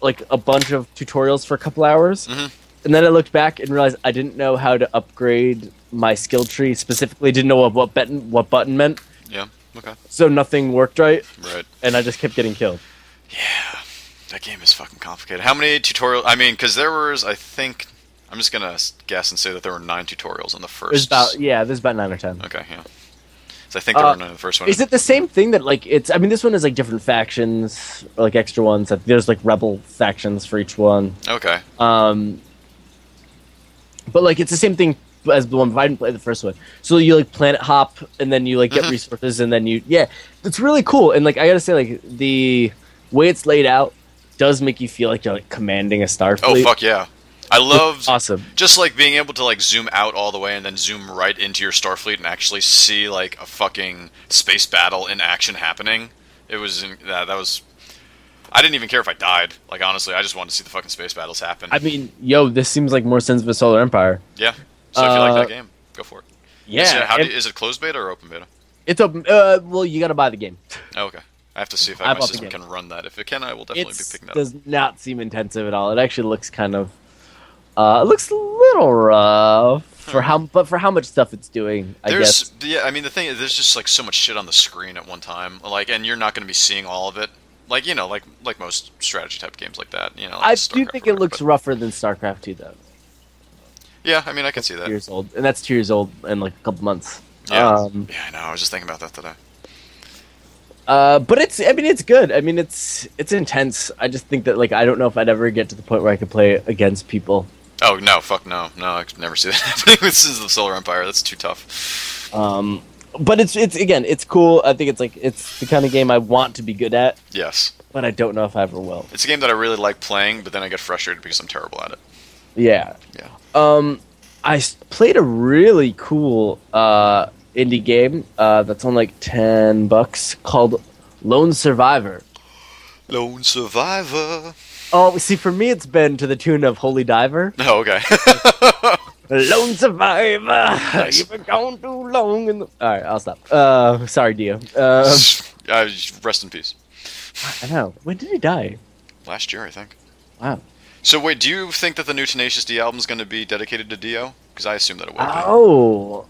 A: like a bunch of tutorials for a couple hours,
B: Mhm.
A: and then I looked back and realized I didn't know how to upgrade my skill tree. Specifically, didn't know what what button what button meant,
B: Yeah. Okay.
A: so nothing worked right,
B: Right.
A: and I just kept getting killed.
B: Yeah, that game is fucking complicated. How many tutorial? I mean, because there was, I think, I'm just gonna s- guess and say that there were nine tutorials in the first.
A: There's about yeah, there's about nine or ten.
B: Okay, yeah. 'Cause I think there
A: Uh,
B: were nine in the first one.
A: Is it the same thing that like it's? I mean, this one is like different factions, or, like extra ones. Like, There's like rebel factions for each one.
B: Okay.
A: Um, but like it's the same thing as the one but I didn't play the first one. So you like planet hop, and then you like get
B: Mhm.
A: resources, and then you yeah, it's really cool. And like I gotta say, like the way it's laid out does make you feel like you're like commanding a starfleet.
B: Oh fuck yeah! I loved
A: Awesome.
B: just like being able to like zoom out all the way and then zoom right into your Starfleet and actually see like a fucking space battle in action happening. It was in, that that was. I didn't even care if I died. Like honestly, I just wanted to see the fucking space battles happen.
A: I mean, yo, this seems like more Sins of a Solar Empire.
B: yeah. So if you like
A: uh,
B: that game, go for it.
A: Yeah,
B: Is it, how do
A: it-
B: you- is it closed beta or open beta?
A: it's a uh, well, you gotta buy the game.
B: Oh, okay. I have to see if
A: I
B: I, my
A: bought the
B: system
A: game.
B: can run that. If it can, I will definitely
A: It
B: be picking that up.
A: does not seem intensive at all. It actually looks kind of, uh, it looks a little rough for how, but for how much stuff it's doing, I
B: Hmm. There's
A: guess.
B: yeah, I mean the thing is there's just like so much shit on the screen at one time. Like and you're not going to be seeing all of it. Like, you know, like like most strategy type games like that, you know. Like
A: I do
B: StarCraft
A: think
B: or
A: it
B: whatever,
A: looks
B: but-
A: rougher than StarCraft 2, though.
B: Yeah, I mean I can see
A: Two
B: that.
A: years old, and that's two years old in like a couple months.
B: Yeah.
A: Um,
B: yeah, I know. I was just thinking about that today.
A: uh, but it's, I mean, it's good. I mean, it's it's intense. I just think that like I don't know if I'd ever get to the point where I could play against people.
B: Oh, no, fuck no. No, I could never see *laughs* that happening with Sins of the Solar Empire. That's too tough.
A: Um, but it's it's again, it's cool. I think it's like it's the kind of game I want to be good at,
B: Yes.
A: but I don't know if I ever will.
B: It's a game that I really like playing, but then I get frustrated because I'm terrible at it.
A: Yeah.
B: Yeah.
A: Um, I s- played a really cool uh, indie game uh, that's on like ten bucks called Lone Survivor.
B: Lone Survivor.
A: Oh, see, for me, it's been to the tune of Holy Diver.
B: Oh, okay.
A: Lone Survivor,
B: Nice.
A: you've been gone too long. In the... All right, I'll stop. Uh, sorry, Dio. *laughs* *laughs* Um,
B: Uh, rest in peace.
A: I know. When did he die?
B: Last year, I think.
A: Wow.
B: So wait, do you think that the new Tenacious D album is going to be dedicated to Dio? Because I assume that it will
A: Oh,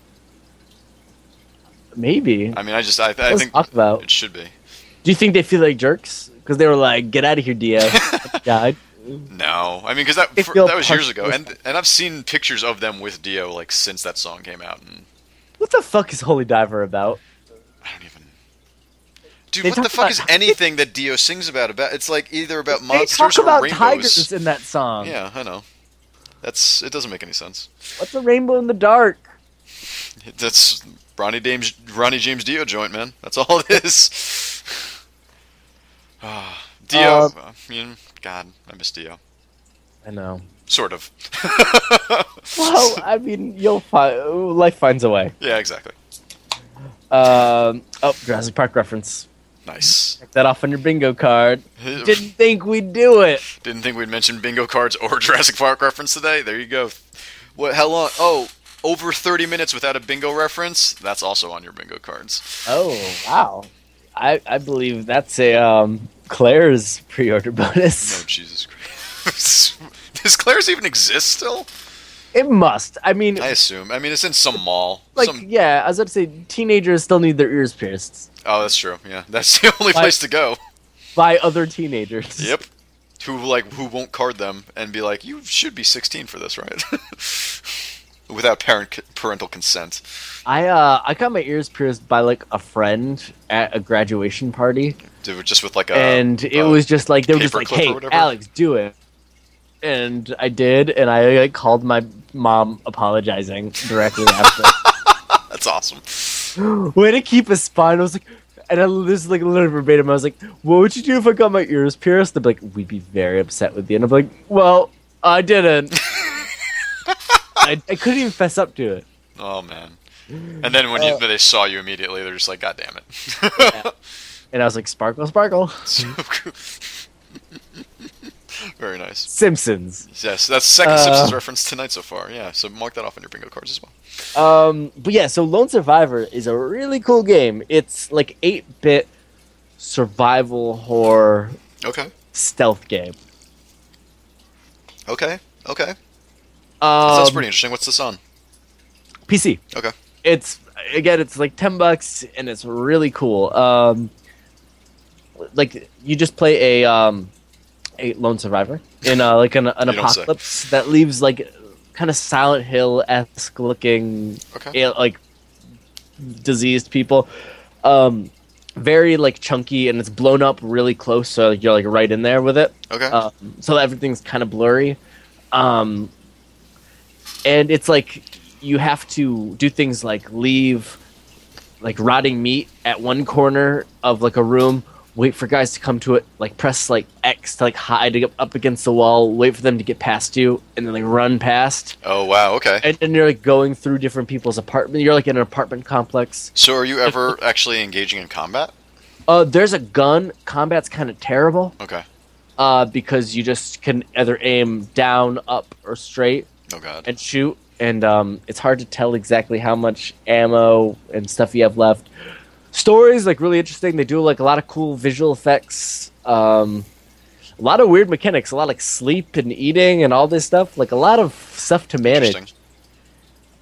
A: maybe.
B: be. I mean, I just I, I
A: Let's
B: think
A: talk about-
B: it should be. *laughs*
A: Do you think they feel like jerks because they were like, "Get out of here, Dio"? *laughs* died.
B: No, I mean because that
A: They
B: for,
A: feel
B: that was years ago,
A: partially-
B: and and I've seen pictures of them with Dio like since that song came out, and
A: What the fuck is Holy Diver about?
B: I don't even. Dude,
A: They
B: what the
A: talk about-
B: fuck is anything that Dio sings about? About it's like either about
A: They
B: monsters
A: talk about
B: or rainbows.
A: tigers in that song.
B: Yeah, I know. That's it. Doesn't make any sense.
A: What's a rainbow in the dark?
B: That's Ronnie James Ronnie James Dio joint, man. That's all it is. Ah,
A: Uh,
B: Dio, I mean, God, I miss Dio.
A: I *laughs* know.
B: Sort of.
A: Well, I mean, you'll find life finds a way.
B: yeah, exactly.
A: Um, oh, Jurassic Park reference.
B: Nice.
A: Check that off on your bingo card. *laughs* Didn't think we'd do it.
B: Didn't think we'd mention bingo cards or *laughs* Jurassic Park reference today. There you go. What? How long? Oh, over 30 minutes without a bingo reference. That's also on your bingo cards.
A: Oh wow, I I believe that's a um Claire's pre-order *laughs*
B: No,
A: bonus.
B: Jesus Christ. *laughs* Does Claire's even exist still?
A: It must. I mean,
B: I assume. I mean, it's in some mall.
A: like
B: some,
A: yeah, I was about to say teenagers still need their ears pierced
B: oh, that's true. Yeah, *laughs* that's the only
A: Why-
B: place to go.
A: by other teenagers.
B: Yep. Who like who won't card them and be like, you should be 16 for this, right? *laughs* Without parent parental consent.
A: I uh I got my ears pierced by like a friend at a graduation party,
B: Dude, just with like a oh,
A: and it
B: a-
A: was just like they were just
B: Um, paper
A: like,
B: clip or
A: "Hey,
B: whatever?"
A: Alex, do it." And I did, and I like, called my mom apologizing directly
B: *laughs*
A: after. *laughs*
B: that's awesome.
A: Way to keep a spine. I was like, and I, this is like literally verbatim. I was like, what would you do if I got my ears pierced? They'd be like, we'd be very upset with you. And I'm like, well, I
B: *laughs*
A: didn't. I, I couldn't even fess up to it.
B: Oh man. And then when you,
A: Uh,
B: they saw you immediately, they're just like, "God damn it!"
A: And I was like, sparkle, sparkle.
B: *laughs* So cool. *laughs* Very nice.
A: Simpsons.
B: Yes, that's second
A: Uh,
B: Simpsons reference tonight so far. Yeah, so mark that off on your bingo cards as well.
A: Um, but yeah, so Lone Survivor is a really cool game. It's like 8 bit survival horror
B: Okay,
A: stealth game.
B: okay, okay. That
A: Um,
B: sounds pretty interesting. What's this on?
A: PC.
B: Okay.
A: It's again, it's like ten bucks, and it's really cool. Um, like you just play a um, a lone survivor in uh, like an, an
B: You don't say.
A: apocalypse that leaves like kind of Silent Hill esque looking
B: Okay.
A: yeah, like diseased people. Um, very like chunky, and it's blown up really close, so you're like right in there with it
B: Okay.
A: um, so everything's kind of blurry um, and it's like you have to do things like leave like rotting meat at one corner of like a room wait for guys to come to it like press like x to like hide up- up against the wall wait for them to get past you and then like run past
B: oh wow. Okay.
A: and then you're like going through different people's apartment you're like in an apartment complex
B: so are you ever actually engaging in combat?
A: uh there's a gun combat's kind of terrible
B: Okay.
A: uh because you just can either aim down up or straight
B: Oh god.
A: and shoot, and um, it's hard to tell exactly how much ammo and stuff you have left. Stories like really interesting. They do like a lot of cool visual effects, um, a lot of weird mechanics, a lot like sleep and eating and all this stuff. Like a lot of stuff to
B: interesting.
A: manage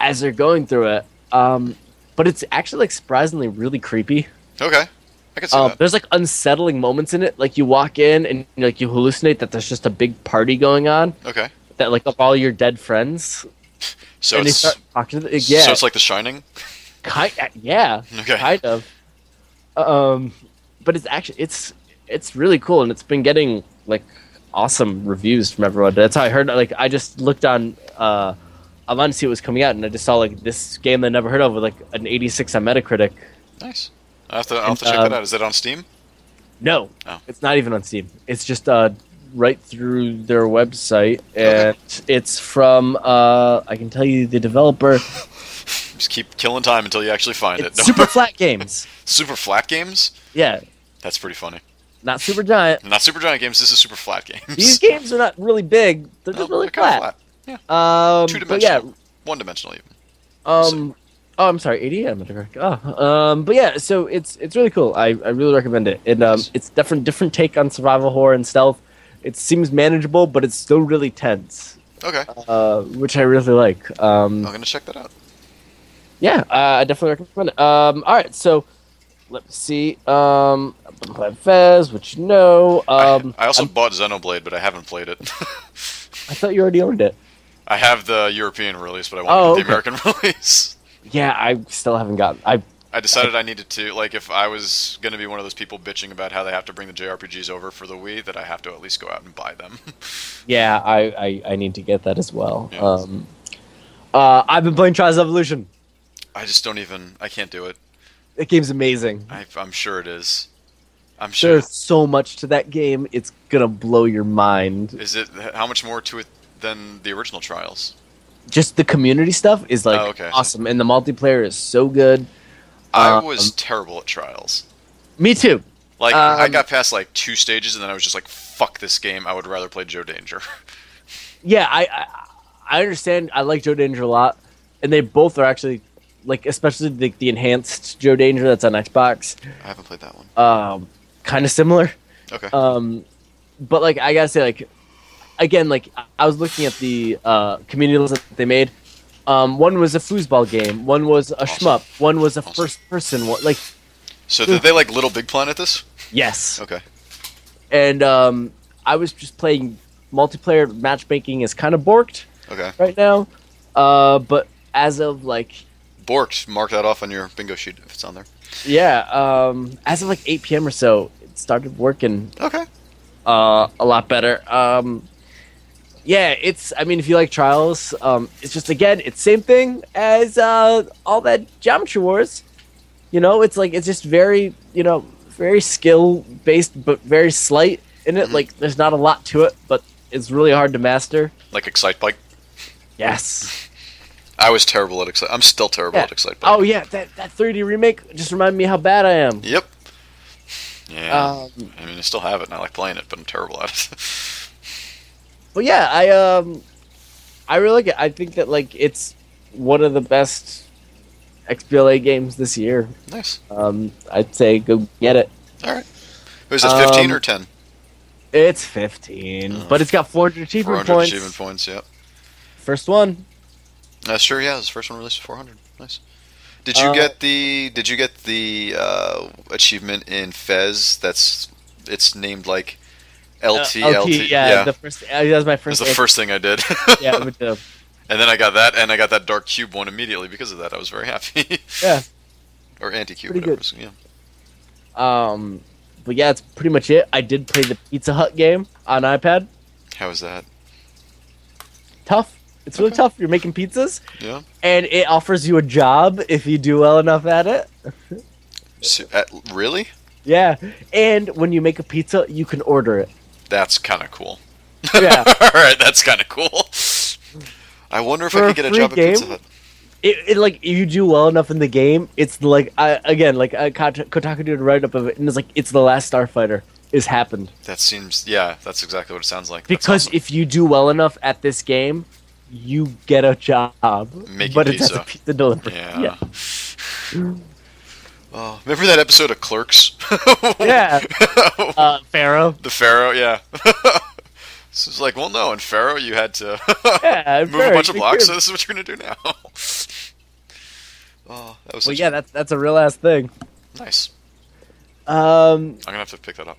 A: as they're going through it. Um, but it's actually like surprisingly really creepy.
B: Okay. I can see
A: Um,
B: that.
A: there's like unsettling moments in it. Like you walk in and like you hallucinate that there's just a big party going on.
B: Okay.
A: That like of all your dead friends,
B: So
A: and they
B: it's
A: start talking to the, yeah.
B: so it's like The Shining. *laughs*
A: Kind, yeah,
B: Okay.
A: kind of. Um, but it's actually it's it's really cool, and it's been getting like awesome reviews from everyone. That's how I heard. Like I just looked on, uh, I wanted to see what was coming out, and I just saw like this game that I never heard of with like an 86 on Metacritic.
B: Nice. I have to. I have
A: And,
B: to check
A: um,
B: that out. Is that on Steam?
A: No,
B: Oh.
A: it's not even on Steam. It's just uh, right through their website, and it's from uh, I can tell you the developer.
B: Just keep killing time until you actually find it.
A: It's Super Flat Games.
B: *laughs* Super Flat Games.
A: Yeah,
B: That's pretty funny.
A: not Super Giant.
B: Not super giant games. This is super flat games.
A: These games are not really big.
B: *laughs*
A: They're just
B: No,
A: really
B: Oh, they're kinda
A: flat. Um,
B: Two
A: but yeah,
B: dimensional. One dimensional even.
A: um, oh, I'm sorry, eighty. I'm correct. Oh, um, but yeah, so it's it's really cool. I, I really recommend it, and um,
B: Nice.
A: it's different different take on survival horror and stealth. It seems manageable, but it's still really tense,
B: Okay.
A: uh, which I really like. Um,
B: I'm gonna check that out.
A: yeah, uh, I definitely recommend it. Um, all right, so let's see. Um, I'm playing Fez, which you know. Um,
B: I, I also
A: I'm-
B: bought Xenoblade, but I haven't played it. *laughs*
A: I thought you already owned it.
B: I have the European release, but I want
A: Oh,
B: the
A: okay.
B: American *laughs* release.
A: Yeah, I still haven't gotten. I
B: I decided I needed to like if I was going to be one of those people bitching about how they have to bring the JRPGs over for the Wii, that I have to at least go out and buy them. *laughs*
A: Yeah, I, I, I need to get that as well.
B: Yeah.
A: Um, uh, I've been playing Trials Evolution.
B: I just don't even. I can't do it.
A: That game's amazing.
B: I, I'm sure it is. I'm sure.
A: There's so much to that game. It's gonna blow your mind.
B: Is it how much more to it than the original Trials?
A: Just the community stuff is like
B: Oh, okay.
A: awesome, and the multiplayer is so good.
B: I
A: Um,
B: was terrible at Trials.
A: Me too.
B: Like I
A: um,
B: got past like two stages and then I was just like, "Fuck this game! I would rather play Joe Danger." *laughs*
A: Yeah, I I, I understand. I like Joe Danger a lot, and they both are actually like, especially the, the enhanced Joe Danger that's on Xbox,
B: I haven't played that one.
A: um, kind of similar.
B: Okay.
A: Um, but like I gotta say, like again, like I- I was looking at the uh, community list that they made. Um, one was a foosball game. One was a
B: Awesome.
A: shmup. One was a
B: Awesome.
A: first person. One, like
B: so did they like Little Big Planet this?
A: yes,
B: Okay.
A: and um, I was just playing multiplayer matchmaking is kind of borked
B: Okay.
A: right now. Uh, but as of like
B: Borked. Mark that off on your bingo sheet if it's on there.
A: yeah, um, as of like 8 p.m. or so, it started working
B: Okay.
A: uh, a lot better. Um, yeah, it's. I mean, if you like trials, um, it's just again, it's same thing as uh, all that Geometry Wars. You know, it's like it's just very, you know, very skill based, but very slight in it. Like, there's not a lot to it, but it's really hard to master.
B: Like Excite Bike.
A: Yes.
B: I was terrible at Excite. I'm still terrible
A: Yeah.
B: at Excite Bike.
A: Oh yeah, that that 3D remake just reminded me how bad I am.
B: Yep. Yeah.
A: Um,
B: I mean, I still have it, and I like playing it, but I'm terrible at it. *laughs*
A: but yeah, I um, I really like it. I think that like it's one of the best XBLA games this year.
B: nice.
A: Um, I'd say go get it.
B: All right. Was this 15
A: Um,
B: or 10?
A: It's fifteen,
B: Oh.
A: but it's got four hundred achievement
B: 400
A: points.
B: achievement points. Yep.
A: First one.
B: Uh, sure. Yeah. It was the first one released with 400. Nice. Did you
A: Uh,
B: get the Did you get the uh, achievement in Fez? That's it's named like
A: Uh,
B: LT LT.
A: LT, yeah, the first. Uh, that was my
B: That's
A: first.
B: the first thing I did. *laughs*
A: yeah, with the,
B: and then I got that, and I got that dark cube one immediately because of that. I was very happy.
A: *laughs* yeah.
B: or anti cube,
A: Pretty
B: whatever. it was, Yeah.
A: Um, but yeah, that's pretty much it. I did play the Pizza Hut game on iPad.
B: How was that?
A: Tough. It's really
B: Okay.
A: tough. You're making pizzas,
B: Yeah.
A: and it offers you a job if you do well enough at it.
B: So, uh, really?
A: Yeah, and when you make a pizza, you can order it.
B: That's kind of cool.
A: Yeah.
B: *laughs* All right, that's kind of cool. I wonder if
A: For
B: I
A: a
B: could get a
A: free
B: job at Pizza
A: game?
B: Hut.
A: it, it like you do well enough in the game. It's like I, again, like I, Kot- Kotaku did a write up of it, and it's like it's the last Starfighter is happened
B: That seems, yeah, that's exactly what it sounds like. That's
A: because
B: awesome.
A: if you do well enough at this game, you get a job.
B: Making
A: but it's as
B: pizza.
A: a pizza delivery.
B: yeah. *laughs* Oh, remember that episode of Clerks? *laughs*
A: Yeah. Uh, Pharaoh.
B: the Pharaoh, yeah. *laughs* so it's like, well, no, in Pharaoh you had to
A: Yeah, in
B: move a
A: Pharaoh,
B: bunch of
A: you
B: blocks,
A: could.
B: so this is what you're gonna do now. *laughs* oh, that was
A: Well,
B: such
A: yeah, that's that's a real ass thing.
B: nice.
A: Um,
B: I'm gonna have to pick that up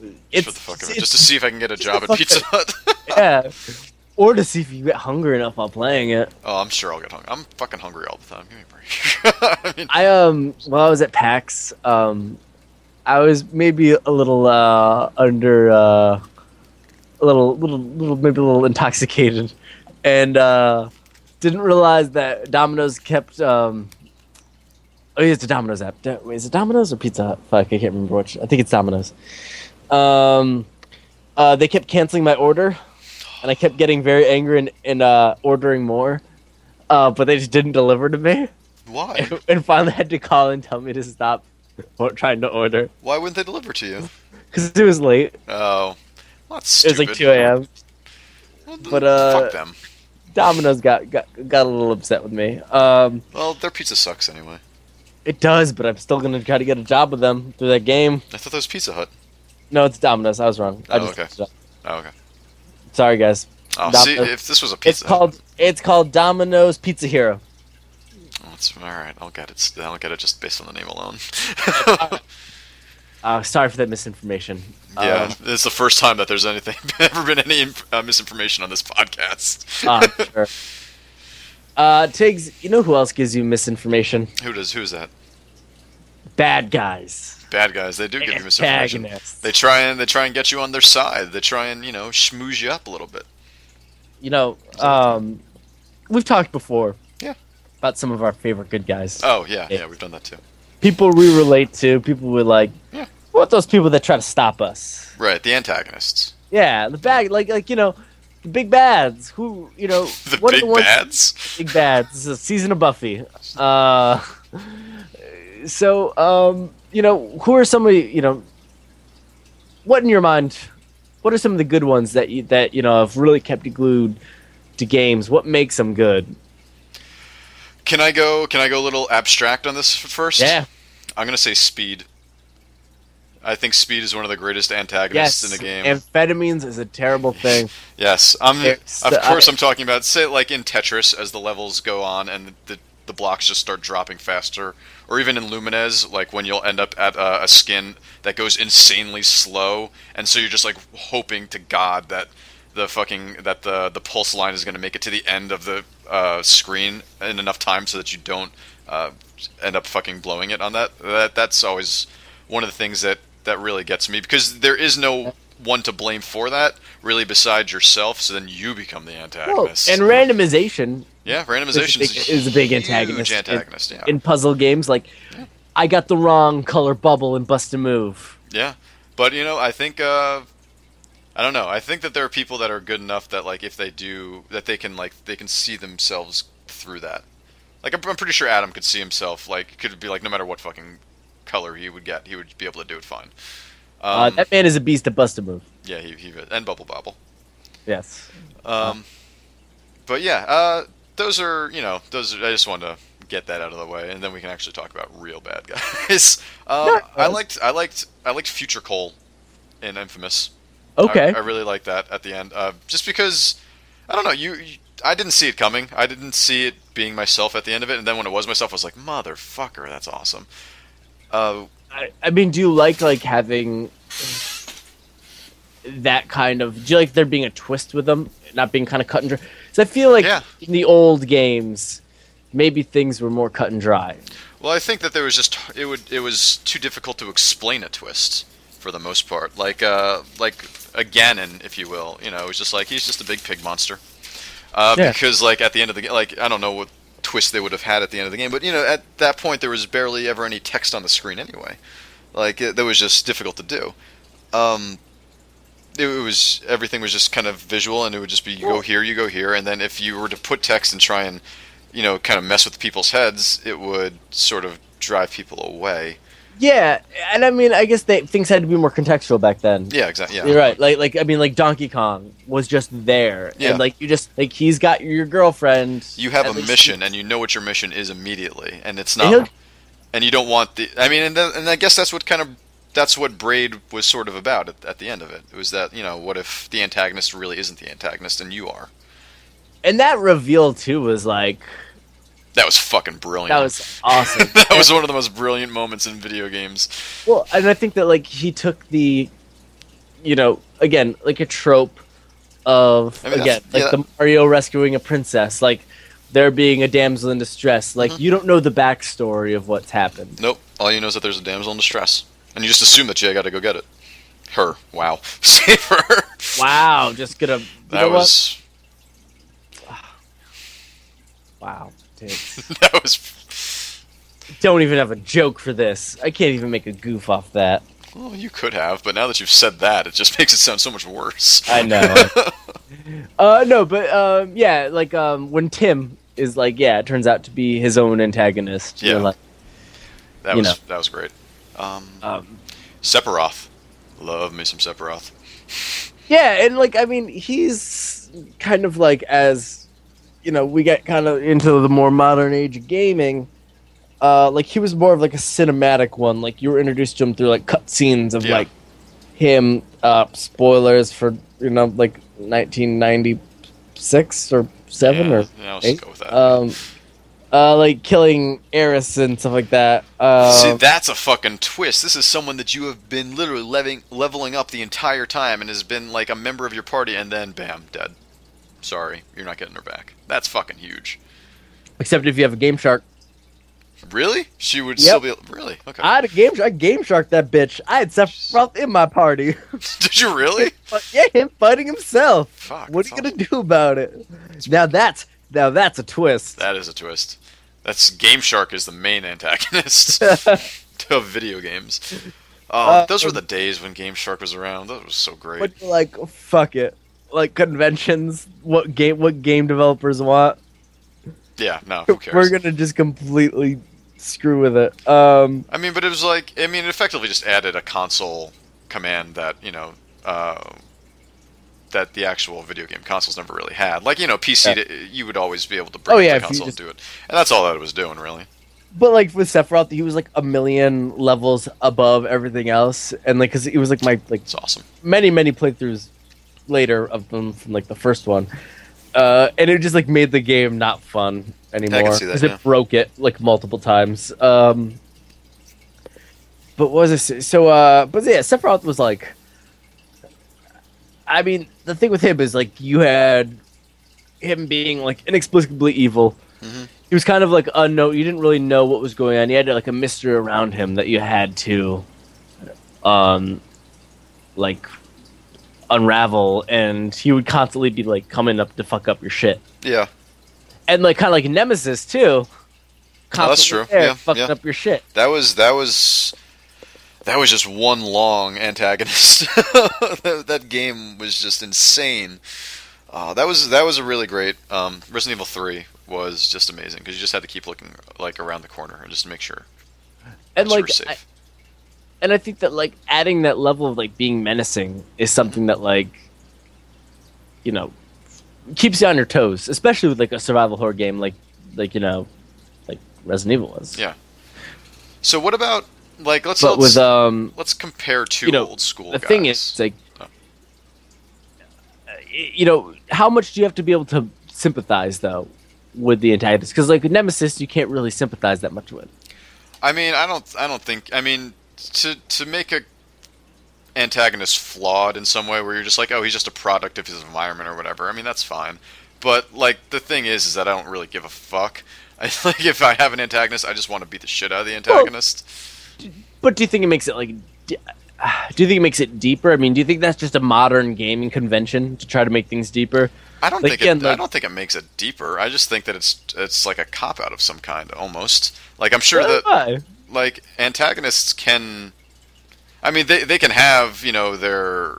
B: just
A: it's,
B: for the fuck of it,
A: *laughs* it's-
B: just to see if I can get a
A: just
B: job
A: the
B: at
A: fuck
B: Pizza
A: of
B: Hut. *laughs*
A: yeah, or to see if you get hungry enough while playing it.
B: oh, I'm sure I'll get hungry. I'm fucking hungry all the time. Give me a break. *laughs* I mean,
A: I um while I was at PAX, um I was maybe a little uh under uh a little little little maybe a little intoxicated and uh didn't realize that Domino's kept um Oh, yeah, it's a Domino's app. Do- Wait, is it Domino's or Pizza Hut? Fuck, I can't remember which. I think it's Domino's. Um, uh, they kept canceling my order, and I kept getting very angry and, and uh, ordering more. Uh, but they just didn't deliver to me
B: why?
A: *laughs* and, and finally had to call and tell me to stop or trying to order
B: Why wouldn't they deliver to you?
A: because it was late.
B: Oh, well, that's
A: It was
B: stupid.
A: like 2 a.m.
B: Well, th-
A: But, uh,
B: fuck them.
A: Domino's got, got got a little upset with me. Um,
B: Well, their pizza sucks anyway.
A: it does, but I'm still gonna try to get a job with them through that game.
B: I thought that was Pizza Hut.
A: No, it's Domino's. I was wrong. I
B: Oh,
A: just
B: okay. Oh, okay.
A: sorry guys.
B: Oh,
A: Not
B: see,
A: the-
B: if this was a
A: It's
B: pizza, Hut-
A: called it's called Domino's Pizza Hero.
B: Oh, it's- all right. I'll get it. I'll get it just based on the name alone. *laughs*
A: Uh, sorry for that misinformation.
B: yeah,
A: Um,
B: it's the first time that there's anything *laughs* ever been any inf- uh, misinformation on this podcast.
A: ah, sure. Uh, Tiggs, you know who else gives you misinformation?
B: *laughs* who does? Who's that?
A: bad guys.
B: Bad guys, they do give you misinformation.
A: Antagonists.
B: They try and they try and get you on their side. They try and you know schmooze you up a little bit.
A: You know, um, we've talked before.
B: Yeah.
A: About some of our favorite good guys.
B: Oh yeah,
A: Yeah.
B: yeah, we've done that too.
A: people we relate to. People we like.
B: Yeah.
A: What those people that try to stop us?
B: Right, the antagonists, *laughs*
A: Yeah, the bad, like like you know, the big bads. Who you know?
B: *laughs* the
A: what are
B: big
A: the ones,
B: bads.
A: Big bads. This is a season of Buffy. Uh, so um, you know, who are some of you you know? What in your mind? What are some of the good ones that you that you know have really kept you glued to games? What makes them good?
B: Can I go? Can I go a little abstract on this f- first?
A: Yeah,
B: I'm gonna say speed. I think speed is one of the greatest antagonists
A: yes.
B: in the game.
A: Amphetamines is a terrible thing.
B: yes, I'm.
A: It's-
B: of
A: I-
B: course, I, am talking about say like in Tetris as the levels go on and the the blocks just start dropping faster, or even in Lumines, like when you'll end up at a, a skin that goes insanely slow, and so you're just like hoping to God that the fucking that the the pulse line is gonna make it to the end of the uh, screen in enough time so that you don't uh, end up fucking blowing it on that. That that's always one of the things that that really gets me because there is no one to blame for that really besides yourself. So then you become the
A: Well,
B: antagonist.
A: and randomization
B: yeah,
A: is a
B: randomization
A: big, is a big antagonist.
B: Huge
A: in-
B: antagonist. yeah.
A: in puzzle games. Like, I got the wrong color bubble and bust a move.
B: Yeah, but you know, I think uh, I don't know. I think that there are people that are good enough that like if they do that, they can like they can see themselves through that. Like I'm, I'm pretty sure Adam could see himself like could be like no matter what fucking color he would get, he would be able to do it fine. Um,
A: uh, that man is a beast to bust a move.
B: yeah, he, he and Bubble Bobble.
A: Yes.
B: Um, but yeah, uh, those are you know those. Are, I just wanted to get that out of the way, and then we can actually talk about real bad *laughs* guys. um,
A: No,
B: I
A: that's-
B: liked I liked I liked Future Cole in Infamous.
A: Okay.
B: I, I really like that at the end, uh, just because I don't know you, you. I didn't see it coming. I didn't see it being myself at the end of it, and then when it was myself, I was like, "Motherfucker, that's awesome." Uh,
A: I, I mean, do you like like having that kind of? Do you like there being a twist with them, not being kind of cut and dry? Because I feel like
B: Yeah.
A: in the old games, maybe things were more cut and dry.
B: Well, I think that there was just it would it was too difficult to explain a twist for the most part. Like uh like a Ganon, if you will. You know, it was just like he's just a big pig monster. Uh,
A: Yeah.
B: Because like at the end of the game, like I don't know what twist they would have had at the end of the game, but you know at that point there was barely ever any text on the screen anyway. Like it, that was just difficult to do. Um, it, it was everything was just kind of visual, and it would just be you go here, you go here, and then if you were to put text and try and you know, kind of mess with people's heads, it would sort of drive people away.
A: Yeah, and I mean, I guess they, things had to be more contextual back then.
B: Yeah, exactly. Yeah.
A: You're right. Like, like I mean, like Donkey Kong was just there,
B: Yeah.
A: and like you just like he's got your girlfriend.
B: You have
A: at
B: a
A: least-
B: mission, and you know what your mission is immediately, and it's
A: And
B: not.
A: he'll-
B: And, you don't want the. I mean, and, then, and I guess that's what kind of that's what Braid was sort of about at, at the end of it. It was that you know, what if the antagonist really isn't the antagonist, and you are?
A: And that reveal too was like
B: That was fucking brilliant.
A: that was awesome.
B: *laughs* that was one of the most brilliant moments in video games.
A: well, and I think that like he took the, you know, again like a trope of
B: I mean,
A: again
B: that's-
A: like
B: yeah.
A: the Mario rescuing a princess, like there being a damsel in distress.
B: Mm-hmm.
A: Like you don't know the backstory of what's happened.
B: Nope. All you know is that there's a damsel in distress, and you just assume that you got to go get it. Her. Wow. *laughs* Save her.
A: Wow, just gonna you
B: That
A: know what?
B: was.
A: wow. *laughs* Dude.
B: *laughs* that was.
A: Don't even have a joke for this. I can't even make a goof off that.
B: Well, you could have, but now that you've said that, it just *laughs* makes it sound so much worse.
A: I know. uh, no, but um, yeah, like um, when Tim is like, yeah, it turns out to be his own antagonist. you're
B: Yeah.
A: like,
B: that
A: you
B: was
A: know.
B: that was great. Um,
A: um,
B: Sephiroth, love me some Sephiroth.
A: yeah, and like I mean, he's kind of like as you know, we get kind of into the more modern age of gaming. Uh, like he was more of like a cinematic one. Like you were introduced to him through like cutscenes of
B: Yeah.
A: like him. Uh, spoilers for you know like 1996 or seven
B: yeah,
A: or
B: yeah, I'll
A: eight?
B: just go with that.
A: um, uh, like killing Eris and stuff like that. Um,
B: See, that's a fucking twist. This is someone that you have been literally leveling leveling up the entire time and has been like a member of your party, and then bam, dead. Sorry, you're not getting her back. That's fucking huge.
A: except if you have a Game Shark.
B: Really? She would
A: Yep.
B: still be really okay.
A: I had a game. I game shark that bitch. I had Sephiroth in my party.
B: *laughs* Did you
A: *laughs*
B: really?
A: But yeah, him fighting himself.
B: Fuck.
A: what are
B: that's
A: you gonna
B: awesome.
A: do about it? Now that's now that's a twist.
B: That is a twist. That's Game Shark is the
A: *laughs*
B: main antagonist *laughs* of video games. Oh,
A: Uh,
B: those were the days when Game Shark was around. That was so great.
A: But you're like, fuck it. Like conventions, what game? What game developers want?
B: yeah, no, who cares?
A: We're gonna just completely screw with it. Um,
B: I mean, but it was like I mean, it effectively just added a console command that you know uh, that the actual video game consoles never really had. Like you know, PC
A: Yeah.
B: to, you would always be able to bring
A: Oh,
B: up
A: yeah,
B: the
A: if you
B: console
A: just-
B: and do it, and that's all that it was doing really.
A: but like with Sephiroth, he was like a million levels above everything else, and like because it was like my like
B: It's awesome.
A: many many playthroughs later of them from like the first one uh, and it just like made the game not fun anymore
B: see that, yeah.
A: it broke it like multiple times um, but what was this so uh but yeah sephiroth was like i mean the thing with him is like you had him being like inexplicably evil
B: Mhm.
A: he was kind of like unknown you didn't really know what was going on you had like a mystery around him that you had to um like unravel and he would constantly be like coming up to fuck up your shit
B: Yeah,
A: and like kind of like nemesis too
B: Oh, that's
A: constantly
B: true.
A: there,
B: Yeah,
A: fucking
B: yeah.
A: up your shit
B: that was that was that was just one long antagonist. *laughs* that, that game was just insane. Uh, that was that was a really great um, Resident Evil Three was just amazing because you just had to keep looking like around the corner and just to make sure
A: and
B: that you
A: like
B: were safe.
A: I, and i think that like adding that level of like being menacing is something that like you know keeps you on your toes especially with like a survival horror game like like you know like resident evil was
B: Yeah. So what about like let's
A: but
B: let's,
A: with um
B: let's compare two
A: you know,
B: old school.
A: the
B: guys.
A: thing is like uh,
B: Oh.
A: you know how much do you have to be able to sympathize though with the antagonist because like with nemesis you can't really sympathize that much with
B: I mean, I don't I don't think I mean to to make a antagonist flawed in some way where you're just like oh he's just a product of his environment or whatever. I mean that's fine. But like the thing is is that I don't really give a fuck. *laughs* I, like if I have an antagonist, I just want to beat the shit out of the antagonist.
A: but do you think it makes it like d- *sighs* do you think it makes it deeper i mean do you think that's just a modern gaming convention to try to make things deeper
B: I don't
A: like,
B: think
A: again,
B: it, I
A: like-
B: don't think it makes it deeper. I just think that it's it's like a cop out of some kind almost. Like I'm sure that
A: Why?
B: like antagonists can i mean they, they can have you know their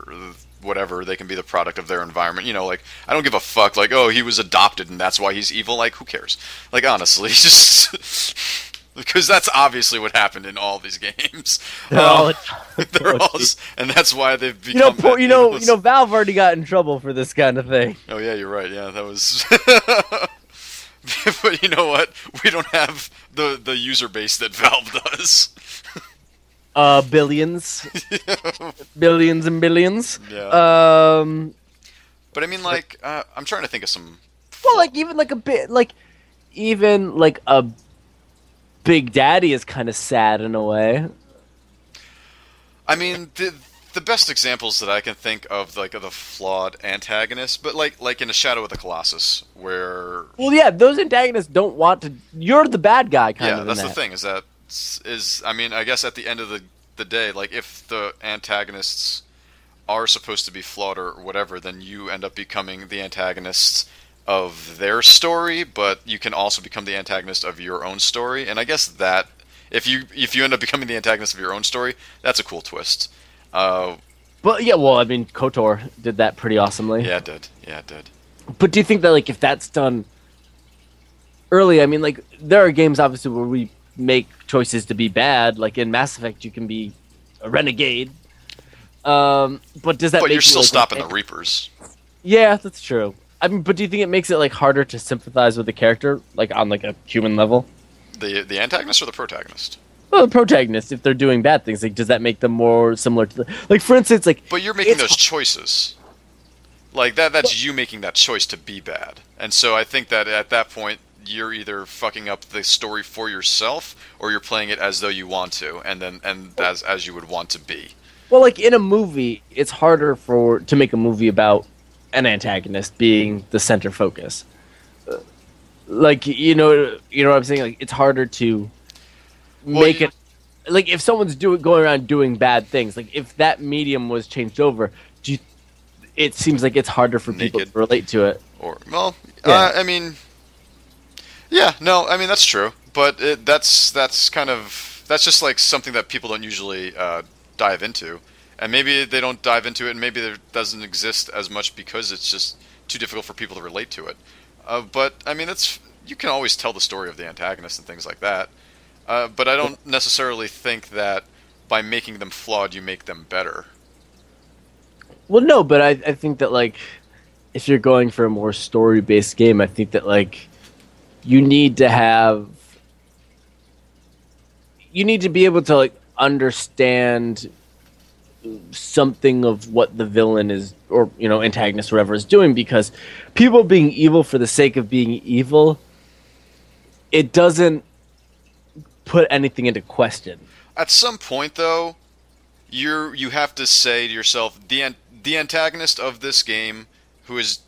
B: whatever they can be the product of their environment you know like i don't give a fuck like oh he was adopted and that's why he's evil like who cares like honestly *laughs* just because that's obviously what happened in all
A: *laughs*
B: these games Um,
A: They're
B: *laughs*
A: all-
B: they're all s- and that's why they've become
A: you know poor,
B: that
A: you know you
B: nameless-
A: know valve already got in trouble for this kind of thing
B: Oh yeah, you're right. Yeah, that was. *laughs* but you know what? We don't have the the user base that Valve does. *laughs*
A: uh billions billions and billions
B: Yeah.
A: um
B: But I mean, like, uh, I'm trying to think of some.
A: Well, like even like a bit like even like a Big Daddy is kind of sad in a way.
B: I mean, the the best examples that I can think of, like, of the flawed antagonist, but like, like in a Shadow of the Colossus, where
A: Well, yeah, those antagonists don't want to. You're the bad guy, kind
B: yeah,
A: of.
B: that's
A: in
B: the
A: that.
B: thing is that is I mean, I guess at the end of the the day, like, if the antagonists are supposed to be flawed or whatever, then you end up becoming the antagonists of their story, but you can also become the antagonist of your own story. And I guess that if you if you end up becoming the antagonist of your own story, that's a cool twist. Uh,
A: But yeah, well, I mean, Kotor did that pretty awesomely.
B: yeah, it did. Yeah, it did.
A: But do you think that like if that's done early, I mean, like there are games obviously where we make choices to be bad. Like in Mass Effect, you can be a renegade. Um, but does that?
B: But
A: make
B: you're still
A: like,
B: stopping
A: an-
B: the Reapers.
A: Yeah, that's true. I mean, but do you think it makes it like harder to sympathize with the character, like on like a human level?
B: The the antagonist or the protagonist?
A: Well, the protagonist, if they're doing bad things, like does that make them more similar to the like? For instance, like
B: But you're making
A: It's-
B: those choices. Like that that's you making that choice to be bad. And so I think that at that point you're either fucking up the story for yourself or you're playing it as though you want to and then and as as you would want to be.
A: well, like in a movie, it's harder for to make a movie about an antagonist being the center focus. Uh, Like you know, you know what I'm saying. Like it's harder to
B: Well,
A: make
B: you-
A: it like if someone's doing going around doing bad things. Like if that medium was changed over, do you, it seems like it's harder for people
B: Naked.
A: to relate to it.
B: Or well, uh,
A: Yeah.
B: I mean, yeah, no, I mean that's true, but it, that's that's kind of that's just like something that people don't usually uh, dive into, and maybe they don't dive into it, and maybe there doesn't exist as much because it's just too difficult for people to relate to it. Uh, but I mean, that's you can always tell the story of the antagonist and things like that. Uh, but I don't necessarily think that by making them flawed, you make them better.
A: Well, no, but I, I think that like if you're going for a more story based game, I think that like you need to have you need to be able to like understand something of what the villain is or you know antagonist whatever is doing because people being evil for the sake of being evil it doesn't put anything into question
B: At some point, though, you you have to say to yourself, the an- the antagonist of this game, who is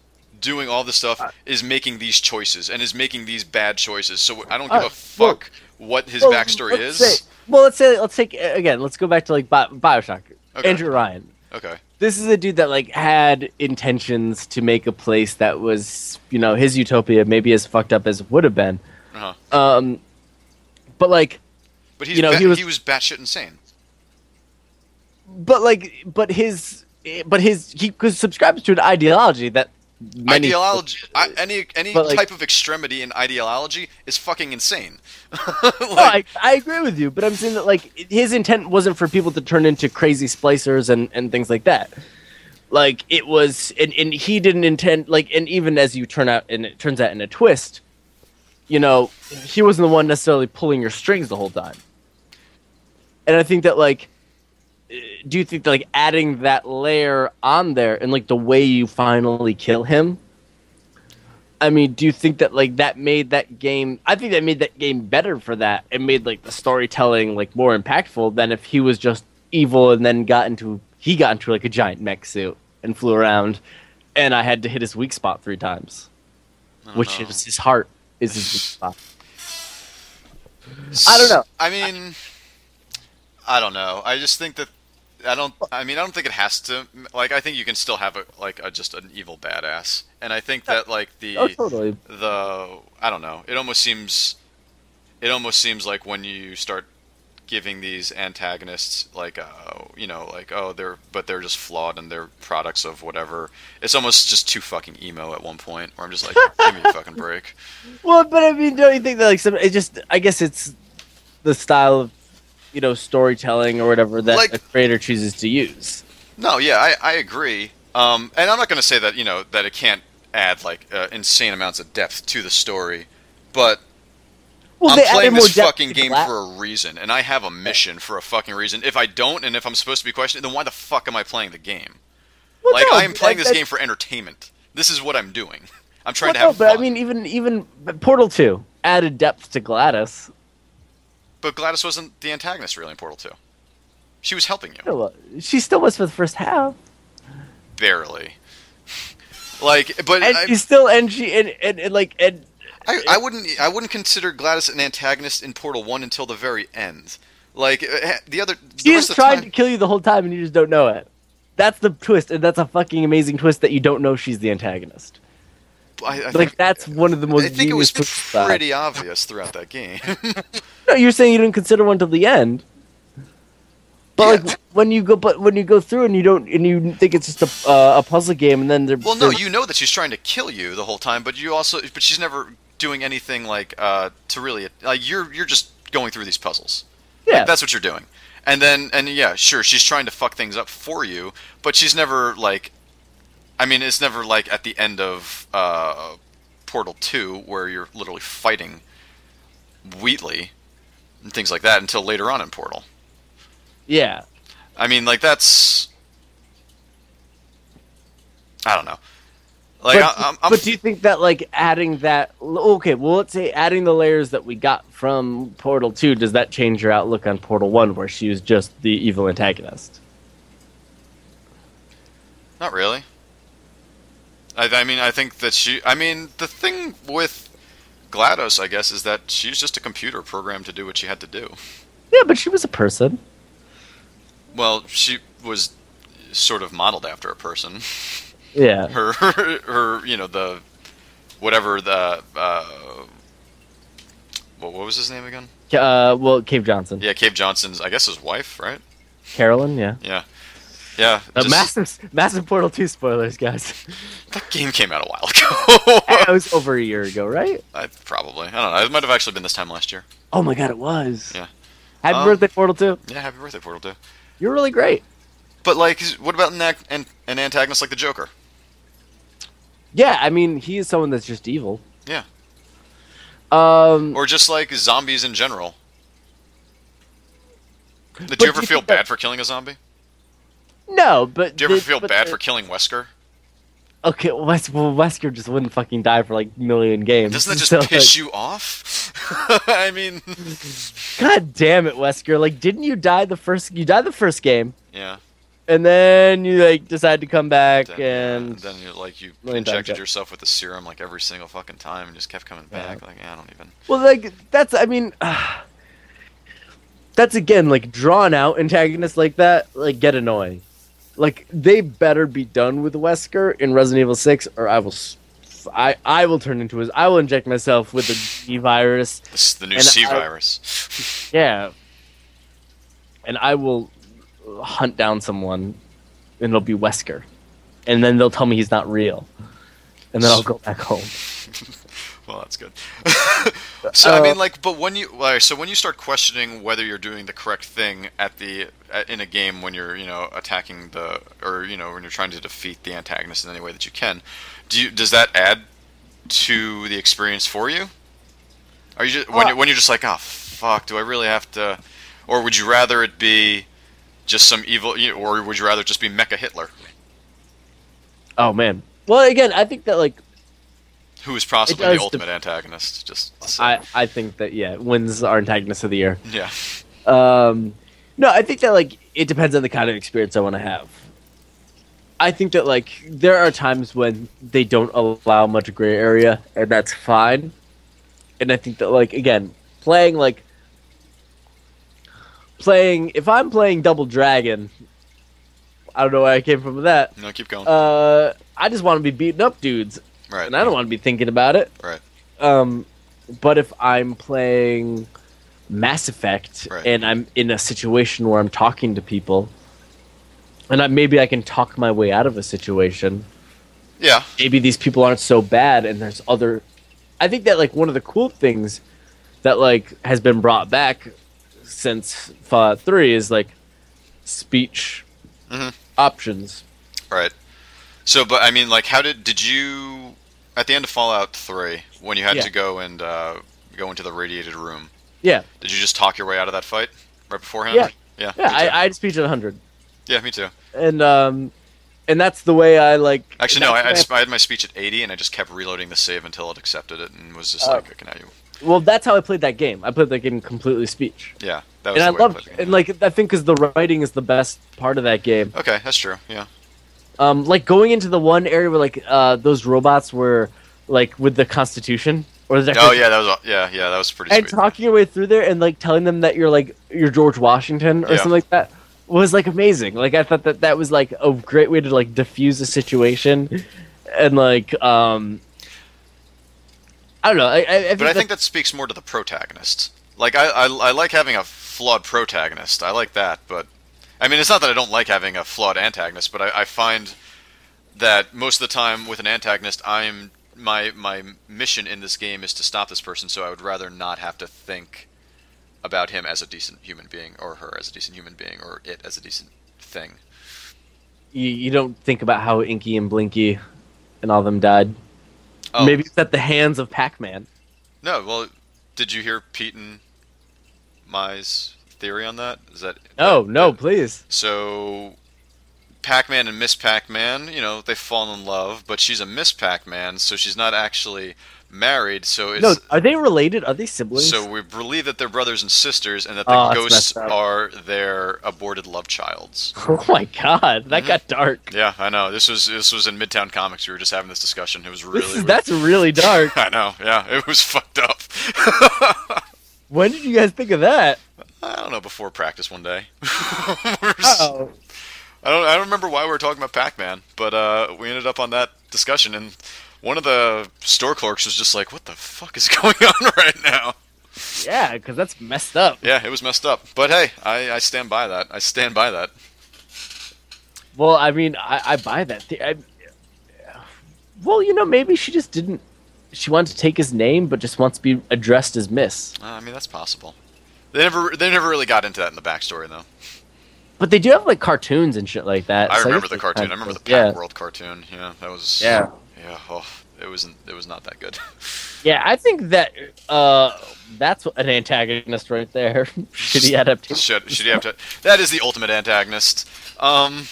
B: doing all this stuff,
A: Uh,
B: is making these choices and is making these bad choices. So I don't give a
A: Uh,
B: fuck what his
A: Well,
B: backstory is.
A: let's say- well, let's say let's take again. Let's go back to like Bi- Bioshock.
B: Okay.
A: Andrew Ryan.
B: okay,
A: This is a dude that like had intentions to make a place that was you know his utopia, maybe as fucked up as it would have been.
B: uh-huh.
A: Um, but like,
B: but he's
A: you know,
B: bat-
A: he was-
B: he was batshit insane.
A: but like, but his, but his he cause subscribes to an ideology that many
B: ideology, I, any any
A: But, like-
B: type of extremity in ideology is fucking insane. *laughs*
A: No, I, I agree with you, but I'm saying that like his intent wasn't for people to turn into crazy splicers and, and things like that. Like it was, and, and he didn't intend like, and even as you turn out, and it turns out in a twist, you know, he wasn't the one necessarily pulling your strings the whole time. And I think that like, eh, do you think that, like adding that layer on there and like the way you finally kill him? I mean, do you think that like that made that game? I think that made that game better for that. It made like the storytelling like more impactful than if he was just evil and then got into he got into like a giant mech suit and flew around, and I had to hit his weak spot three times, which is his heart is his weak spot. I don't know.
B: I mean, I don't know. I just think that I don't. I mean, I don't think it has to. Like, I think you can still have a like a, just an evil badass, and I think that like the
A: Oh, totally.
B: the I don't know. It almost seems it almost seems like when you start giving these antagonists like uh you know like oh they're but they're just flawed and they're products of whatever. It's almost just too fucking emo at one point where I'm just like give me a fucking break.
A: Well, but I mean, don't you think that like some? It just I guess it's the style of you know storytelling or whatever that
B: Like-
A: a creator chooses to use.
B: No, yeah, I, I agree. Um, and I'm not going to say that you know that it can't add like uh, insane amounts of depth to the story, but
A: Well,
B: I'm
A: they
B: playing
A: added more
B: this
A: depth
B: fucking
A: to
B: game
A: Black-
B: for a reason, and I have a mission for a fucking reason. If I don't, and if I'm supposed to be questioned, then why the fuck am I playing the game?
A: Well,
B: like
A: no,
B: I am playing
A: that-
B: this
A: that-
B: game for entertainment. This is what I'm doing. I'm trying to
A: Well,
B: have
A: no,
B: fun.
A: but I mean, even even but Portal Two added depth to Gladys.
B: but Gladys wasn't the antagonist really in Portal Two. She was helping you.
A: No, She still was for the first half,
B: Uh, barely. *laughs* like, but
A: and
B: I-
A: she's still and she and, and, and like and
B: I, I wouldn't I wouldn't consider Gladys an antagonist in Portal One until the very end. Like eh, the other, the
A: she
B: rest
A: is
B: of the
A: trying
B: time,
A: to kill you the whole time, and you just don't know it. That's the twist, and that's a fucking amazing twist that you don't know she's the antagonist.
B: I, I
A: Like
B: think,
A: that's one of the most.
B: I think it was
A: genius twists of that.
B: pretty obvious throughout that game. *laughs*
A: No, you're saying you didn't consider one till the end. But
B: Yeah.
A: like when you go, but when you go through and you don't, and you think it's just a, uh, a puzzle game, and then they're
B: well, no,
A: they're-
B: you know that she's trying to kill you the whole time, but you also, but she's never doing anything like uh, to really like you're you're just going through these puzzles.
A: yeah,
B: That's what you're doing. And then, and yeah, sure, she's trying to fuck things up for you, but she's never like, I mean, it's never like at the end of uh, Portal Two where you're literally fighting Wheatley and things like that until later on in Portal.
A: yeah.
B: I mean, like that's, I don't know. Like,
A: but,
B: I, I'm, I'm
A: but do you think that like adding that? Okay, well let's say adding the layers that we got from Portal Two does that change your outlook on Portal One, where she was just the evil antagonist?
B: Not really. I, I mean, I think that she. I mean, the thing with GLaDOS, I guess, is that she's just a computer programmed to do what she had to do.
A: Yeah, but she was a person.
B: Well, she was sort of modeled after a person. *laughs*
A: Yeah.
B: Her, her, you know, the whatever the uh, what, what was his name again?
A: Uh, well, Cave Johnson.
B: Yeah, Cave Johnson's, I guess, his wife, right?
A: Carolyn, yeah.
B: Yeah, yeah.
A: Uh,
B: just-
A: massive, massive Portal 2 spoilers, guys. *laughs*
B: that game came out a while *laughs* ago.
A: it was over a year ago, right?
B: I, probably. I don't know. It might have actually been this time last year.
A: Oh my god, it was.
B: Yeah.
A: Happy
B: Um,
A: birthday, Portal 2.
B: Yeah, happy birthday, Portal 2.
A: You're really great.
B: But, like, is- what about an, ac- an, an antagonist like the Joker?
A: Yeah, I mean, he is someone that's just evil.
B: Yeah.
A: Um,
B: Or just, like, zombies in general? Did
A: do
B: you ever
A: you
B: feel
A: think that-
B: bad for killing a zombie?
A: no, but
B: Do you ever
A: the-
B: feel
A: but
B: bad
A: the-
B: for killing
A: *laughs*
B: Wesker?
A: Okay, well, Wes, well, Wesker just wouldn't fucking die for like a million games. *laughs*
B: Doesn't that just
A: So,
B: piss
A: like,
B: you off? *laughs* I mean,
A: God damn it, Wesker! Like, didn't you die the first? You died the first game,
B: yeah.
A: and then you like decide to come back
B: Then,
A: and
B: then you like you
A: Million times,
B: injected
A: yeah.
B: yourself with the serum like every single fucking time and just kept coming
A: Yeah.
B: back. Like, I don't even.
A: Well, like that's I mean, *sighs* that's again like drawn out antagonists like that like get annoying. Like they better be done with Wesker in Resident Evil Six, or I will, s- I I will turn into his. I will inject myself with the G virus.
B: This is the new
A: And
B: C
A: I-
B: virus.
A: Yeah, and I will hunt down someone, and it'll be Wesker, and then they'll tell me he's not real, and then I'll go back home.
B: Well, that's good. *laughs* so I
A: Uh,
B: mean, like, but when you like, so when you start questioning whether you're doing the correct thing at the at, in a game when you're you know attacking the or you know when you're trying to defeat the antagonist in any way that you can, do you does that add to the experience for you? Are you just, when
A: Uh,
B: you when you're just like, oh fuck, do I really have to? Or would you rather it be just some evil, you- or would you rather just be Mecha Hitler,
A: Oh man. Well, again, I think that like
B: who is possibly
A: does
B: the
A: dep-
B: ultimate antagonist? Just to say.
A: I, I think that yeah wins our antagonist of the year.
B: yeah,
A: Um, no, I think that like it depends on the kind of experience I want to have. I think that like there are times when they don't allow much gray area, and that's fine. And I think that like again, playing like playing if I'm playing Double Dragon, I don't know where I came from with that.
B: no, keep going.
A: Uh, I just want to be beating up dudes,
B: right,
A: and I don't want to be thinking about it.
B: right.
A: Um, but if I'm playing Mass Effect
B: Right.
A: and I'm in a situation where I'm talking to people, and I, maybe I can talk my way out of a situation.
B: Yeah,
A: Maybe these people aren't so bad, and there's other. I think that like one of the cool things that like has been brought back since Fallout Three is like speech
B: Mhm.
A: options.
B: right. So, but I mean, like, how did did you at the end of Fallout Three when you had
A: Yeah.
B: to go and uh, go into the radiated room?
A: Yeah,
B: Did you just talk your way out of that fight right beforehand?
A: Yeah.
B: yeah,
A: yeah.
B: me too.
A: I, I'd speech at hundred,
B: yeah, me too.
A: and um, and that's the way I like.
B: Actually, no,
A: that's
B: I, I,
A: the way
B: just, I had my speech at 80, and I just kept reloading the save until it accepted it and was just
A: Oh.
B: like, okay, now you,
A: Well, that's how I played that game. I played that game completely speech,
B: yeah, that was
A: and I
B: the way
A: loved
B: played
A: it.
B: the game.
A: And like I think, because the writing is the best part of that game.
B: Okay, that's true. Yeah,
A: Um, like going into the one area where like uh those robots were like with the Constitution or the
B: oh
A: Declaration-
B: yeah, that was yeah, yeah, that was pretty
A: and
B: sweet.
A: talking your way through there and like telling them that you're like you're George Washington or
B: Yeah.
A: something like that was like amazing. Like I thought that that was like a great way to like diffuse the situation and like um. I don't know. I, I, I think
B: But I
A: that-
B: think that speaks more to the protagonist. Like I, I, I like having a flawed protagonist. I like that, but I mean, it's not that I don't like having a flawed antagonist, but I, I find that most of the time with an antagonist, I'm my my mission in this game is to stop this person. So I would rather not have to think about him as a decent human being, or her as a decent human being, or it as a decent thing.
A: you, you don't think about how Inky and Blinky and all them died. Maybe it's at the hands of Pac-Man.
B: Oh, no. Well, did you hear Pete and Mai's theory on that? Is that
A: No,
B: that-
A: no,
B: that-
A: please.
B: So, Pac Man and Miss Pac Man, you know, they fall in love, but she's a Miss Pac Man, so she's not actually married, so it's
A: No, are they related? Are they siblings?
B: so we believe that they're brothers and sisters, and that the
A: Oh, that's
B: ghosts
A: messed up.
B: are their aborted love childs.
A: *laughs* oh my god, that
B: Mhm.
A: got dark.
B: Yeah, I know. This was this was in Midtown Comics. We were just having this discussion. It was really
A: This is, that's really dark.
B: *laughs* I know. Yeah, it was *laughs* fucked up.
A: when did you guys think of that?
B: I don't know. Before practice one day, *laughs* We were s-
A: Oh,
B: I don't. I don't remember why we were talking about Pac-Man, but uh, we ended up on that discussion, and one of the store clerks was just like, "What the fuck is *laughs* going on right now?"
A: yeah, because that's messed up.
B: Yeah, it was messed up. But hey, I, I stand by that. I stand by that.
A: Well, I mean, I, I buy that. The- I, well, you know, maybe she just didn't. She wanted to take his name, but just wants to be addressed as Miss.
B: Uh, I mean, that's possible. They never. They never really got into that in the backstory, though.
A: But they do have like cartoons and shit like that.
B: I
A: so
B: remember
A: guess
B: the
A: they
B: cartoon.
A: kind
B: I
A: of-
B: remember the
A: yeah,
B: Pac World cartoon. Yeah, that was.
A: Yeah.
B: Yeah. Oh, it wasn't. It was not that good. *laughs*
A: yeah. I think that uh, that's what- an antagonist right there. *laughs* Shitty adaptation.
B: should should you have to? That is the ultimate antagonist. Um.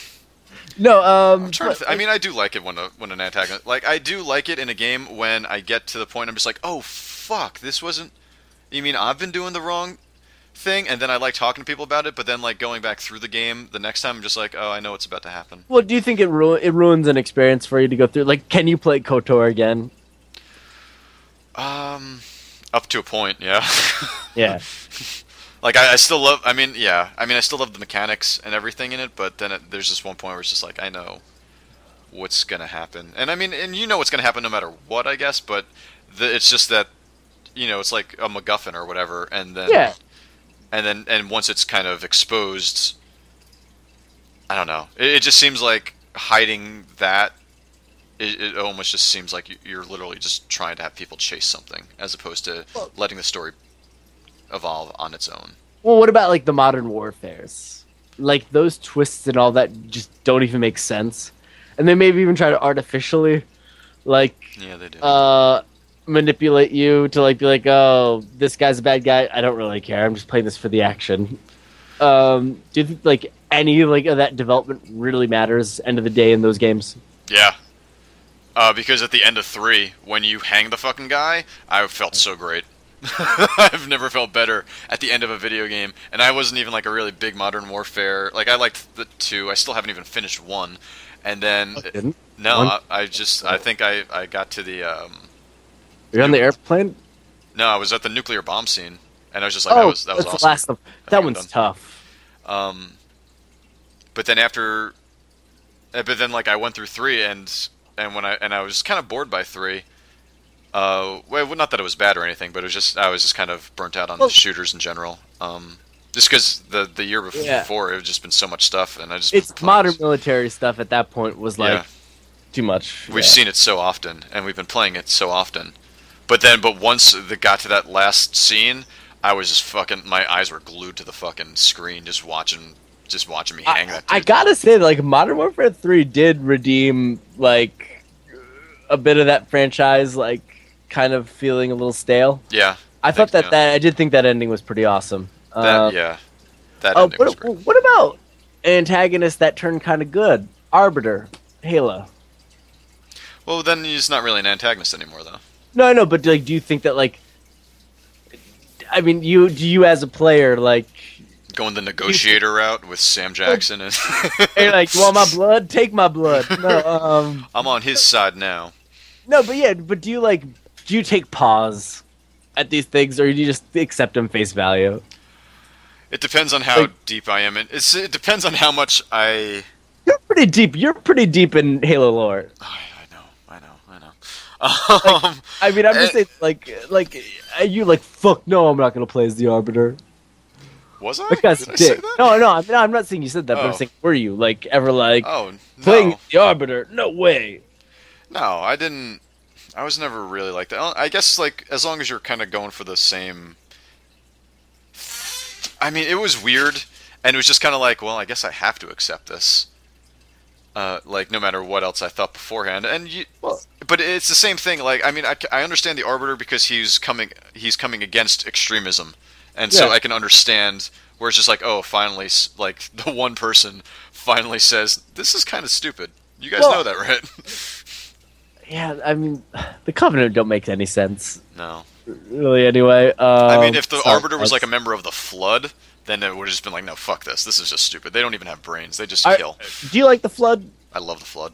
A: No, um,
B: I'm trying to
A: but-
B: th- I mean, I do like it when a, when an antagonist like I do like it in a game when I get to the point I'm just like, oh fuck, this wasn't. You mean I've been doing the wrong thing, and then I like talking to people about it, but then like going back through the game the next time, I'm just like, oh, I know what's about to happen.
A: well, do you think it ru- it ruins an experience for you to go through? Like, can you play Kotor again?
B: Um, up to a point, yeah. *laughs*
A: Yeah.
B: like I, I still love. I mean, yeah. I mean, I still love the mechanics and everything in it, but then it, there's this one point where it's just like, I know what's gonna happen, and I mean, and you know what's gonna happen no matter what, I guess. But the, it's just that, you know, it's like a MacGuffin or whatever, and then
A: Yeah.
B: and then and once it's kind of exposed, I don't know. It, it just seems like hiding that. It, it almost just seems like you- you're literally just trying to have people chase something, as opposed to
A: Well-
B: letting the story evolve on its own.
A: Well, what about like the modern warfares? Like those twists and all that just don't even make sense, and they maybe even try to artificially, like,
B: Yeah, they do.
A: uh, manipulate you to like be like, oh, this guy's a bad guy. I don't really care. I'm just playing this for the action. Um, do you think like any like of that development really matters end of the day in those games?
B: yeah. Uh, because at the end of three, when you hang the fucking guy, I felt so great. *laughs* I've never felt better at the end of a video game, and I wasn't even like a really big Modern Warfare. Like I liked the two. I still haven't even finished one, and then
A: Didn't.
B: no,
A: One? Oh.
B: I, I just I think I I got to the um
A: You're on the airplane.
B: no I was at the nuclear bomb scene, and I was just like that
A: oh,
B: was that was
A: that's
B: awesome.
A: the last of that
B: I'm
A: one's
B: done.
A: tough.
B: Um, but then after, uh, but then like I went through three and and when I and I was kind of bored by three. Uh, well, not that it was bad or anything, but it was just I was just kind of burnt out on
A: Well-
B: the shooters in general. Um, just because the the year before,
A: Yeah.
B: it had just been so much stuff, and I just
A: It's
B: playing
A: modern
B: this-
A: military stuff at that point was like
B: Yeah.
A: too much.
B: We've
A: Yeah.
B: seen it so often, and we've been playing it so often. But then, but once it got to that last scene, I was just fucking. My eyes were glued to the fucking screen, just watching, just watching me hang
A: I,
B: that.
A: I
B: dude.
A: gotta say, like Modern Warfare Three did redeem like a bit of that franchise, like kind of feeling a little stale.
B: yeah.
A: I thought that
B: Thanks,
A: that I did think that ending was pretty awesome.
B: That
A: Uh,
B: yeah, that
A: oh,
B: ending was
A: what,
B: great.
A: what about antagonists that turned kind of good? Arbiter, Halo.
B: Well, then he's not really an antagonist anymore, though.
A: No, I know, but like, do you think that like? I mean, you do you as a player like?
B: Going the negotiator route with Sam Jackson, and *laughs*
A: You're like, you want my blood? Take my blood. No, um,
B: I'm on his side now.
A: No, but yeah, but do you like do you take pause at these things, or do you just accept them face value?
B: It depends on how
A: Like-
B: deep I am in. It's, it depends on how much I.
A: You're pretty deep. You're pretty deep in Halo lore.
B: I, I know, I know, I know. *laughs* Um,
A: I mean, I'm just
B: Eh.
A: saying, like, like are you like fuck? No, I'm not gonna play as the Arbiter.
B: was I?
A: That guy's a
B: Did I say
A: dick.
B: that?
A: No, no, I'm, no, I'm not saying you said that, but I'm
B: Oh.
A: saying were you like ever like
B: Oh no,
A: playing as the Arbiter? No way.
B: no, I didn't. I was never really like that. I guess like as long as you're kind of going for the same. I mean, it was weird, and it was just kind of like, well, I guess I have to accept this. Uh, like no matter what else I thought beforehand, and you,
A: Well-
B: but it's the same thing. Like I mean, I, c- I understand the arbiter because he's coming he's coming against extremism, and so
A: Yeah.
B: I can understand where it's just like, oh, finally, s- like *laughs* the one person finally says, this is kind of stupid. You guys
A: Well-
B: know that, right?
A: yeah, I mean, the Covenant don't make any sense
B: *laughs* No.
A: really. Anyway, um,
B: I mean, if the
A: sorry,
B: Arbiter was
A: that's-
B: like a member of the Flood, then it would have just been like, no, fuck this. This is just stupid. They don't even have brains. They just
A: I-
B: kill.
A: do you like the Flood?
B: I love the Flood.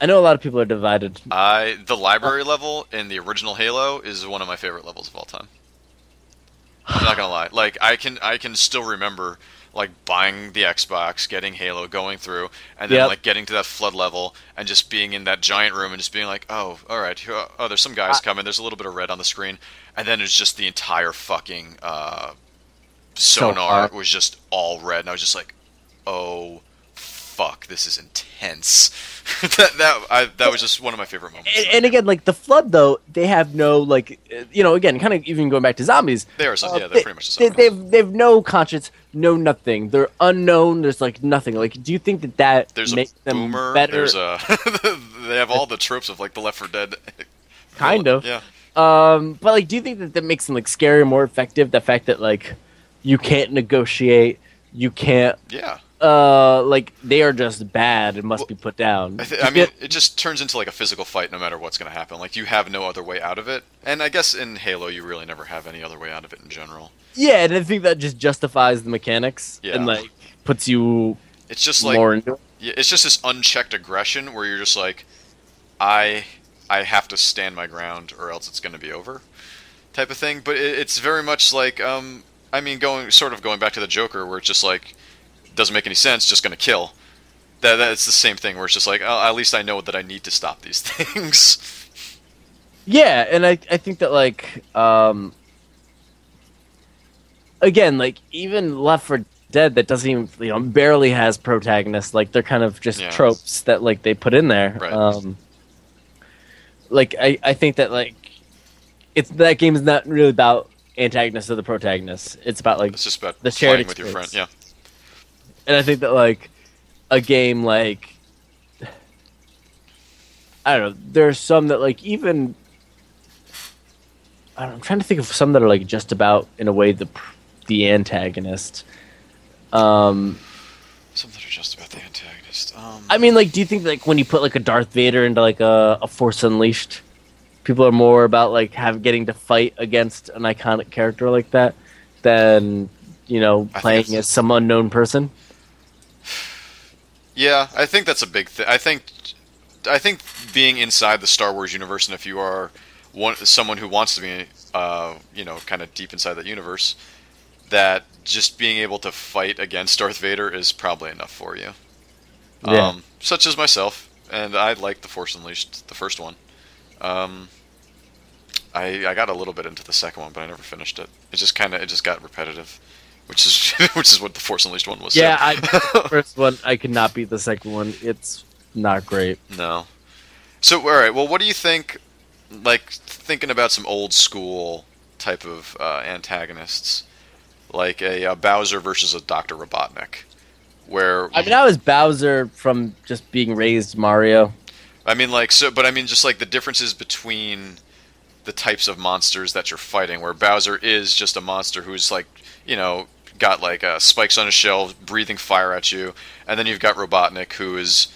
A: I know a lot of people are divided.
B: I the library level in the original Halo is one of my favorite levels of all time. I'm not gonna lie. Like I can I can still remember like buying the Xbox, getting Halo, going through, and then
A: Yep.
B: like getting to that flood level and just being in that giant room and just being like, oh, all right, here- oh, there's some guys coming. There's a little bit of red on the screen, and then it's just the entire fucking uh, sonar
A: Sonar.
B: was just all red, and I was just like, oh. Fuck! This is intense. *laughs* that that I, that was just one of my favorite moments.
A: And, and again, like the Flood, though, they have no like, uh, you know, again, kind of even going back to zombies.
B: They are, so,
A: uh,
B: yeah, they're
A: they-
B: pretty much the
A: They,
B: same.
A: they've they've no conscience, no nothing. They're unknown. There's like nothing. Like, do you think that that
B: there's a
A: makes them
B: boomer.
A: better?
B: There's a *laughs* they have all the tropes of like the Left 4 Dead.
A: *laughs* Kind of.
B: Yeah.
A: Um, but like, do you think that that makes them like scary, more effective? The fact that like you can't negotiate, you can't
B: Yeah.
A: uh like they are just bad and must be put down.
B: I, th- I mean, it just turns into like a physical fight no matter what's going to happen. Like you have no other way out of it. And I guess in Halo you really never have any other way out of it in general.
A: yeah, and I think that just justifies the mechanics
B: Yeah.
A: and like puts you
B: It's just like
A: more into. it.
B: yeah, it's just this unchecked aggression where you're just like I I have to stand my ground or else it's going to be over type of thing, but it, it's very much like um I mean going sort of going back to the Joker where it's just like doesn't make any sense, just going to kill. That that's the same thing where it's just like oh, at least I know that I need to stop these *laughs* things.
A: Yeah, and I I think that like um again like even Left for Dead that doesn't even you know barely has protagonists like they're kind of just
B: Yeah.
A: tropes that like they put in there.
B: Right.
A: Um, like I I think that like it's that game is not really about antagonists or the protagonists. It's about like
B: It's just about
A: The shared
B: playing with your friend.
A: experience.
B: Yeah.
A: and I think that like a game like I don't know, there's some that like even I don't know, I'm trying to think of some that are like just about in a way the pr- the antagonist. Um,
B: Some that are just about the antagonist. Um
A: I mean, like, do you think like when you put like a Darth Vader into like a, a Force Unleashed, people are more about like have getting to fight against an iconic character like that than you know
B: think
A: playing
B: it's-
A: as some unknown person?
B: Yeah, I think that's a big thing. I think, I think being inside the Star Wars universe, and if you are one someone who wants to be, uh, you know, kind of deep inside that universe, that just being able to fight against Darth Vader is probably enough for you.
A: Yeah.
B: Um, such as myself, and I liked the Force Unleashed, the first one. Um, I I got a little bit into the second one, but I never finished it. It just kind of it just got repetitive, which is *laughs* which is what the Force Unleashed one was. so-
A: Yeah, *laughs* I
B: *laughs*
A: first one I could not beat the second one. It's not great.
B: No. So all right. Well, what do you think? Like thinking about some old school type of uh, antagonists, like a, uh Bowser versus a Doctor Robotnik, where
A: I mean, I was Bowser from just being raised Mario.
B: I mean, like so, but I mean, just like the differences between the types of monsters that you're fighting, where Bowser is just a monster who's like, you know, got like uh, spikes on his shell, breathing fire at you, and then you've got Robotnik who is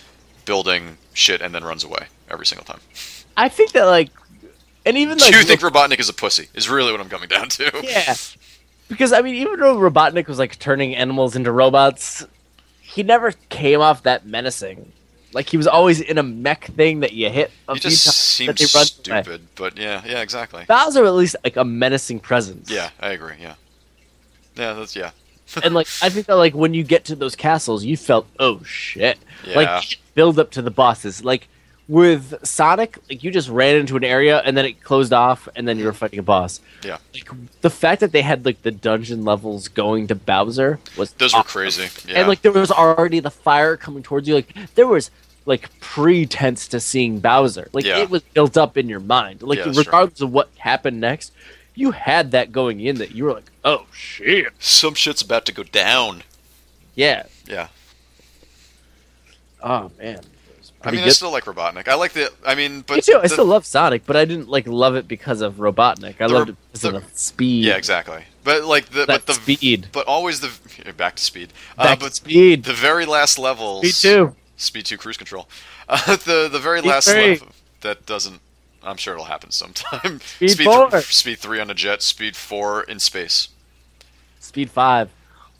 B: building shit and then runs away every single time.
A: I think that like, and even
B: Do
A: like,
B: you think Robotnik is a pussy? Is really what I'm coming down to.
A: *laughs*
B: *laughs*
A: yeah, because I mean, even though Robotnik was like turning animals into robots, he never came off that menacing. Like he was always in a mech thing that you hit a
B: You
A: few
B: just
A: times
B: seem
A: that they run away.
B: stupid, but yeah, yeah, exactly.
A: Bowser at least like a menacing presence.
B: Yeah, I agree. Yeah, yeah, that's yeah, *laughs*
A: and like I think that like when you get to those castles, you felt oh shit,
B: Yeah.
A: like build up to the bosses. Like with Sonic, like you just ran into an area and then it closed off, and then you were fighting a boss.
B: yeah.
A: Like the fact that they had like the dungeon levels going to Bowser was
B: Those were
A: awesome.
B: crazy. Yeah,
A: And like there was already the fire coming towards you. Like there was like pretense to seeing Bowser. Like
B: Yeah.
A: it was built up in your mind. Like
B: Yeah, that's true.
A: regardless of what happened next, you had that going in that you were like, oh shit,
B: some shit's about to go down.
A: yeah.
B: Yeah,
A: Oh man.
B: I mean, I still like Robotnik. I like the. I mean, but
A: Me too. I
B: the-
A: still love Sonic, but I didn't like love it because of Robotnik. I
B: The
A: loved
B: Ro-
A: it because of
B: the-
A: the speed.
B: yeah, exactly. But like the
A: That
B: but the
A: speed.
B: but always the *laughs* back to speed.
A: Back
B: uh, but
A: to speed.
B: the very last level.
A: Speed two.
B: Speed two cruise control. Uh, *laughs* the the very last
A: three.
B: level. that doesn't. I'm sure it'll happen sometime. *laughs*
A: Speed
B: th-
A: four.
B: speed three on a jet. Speed four in space.
A: Speed five,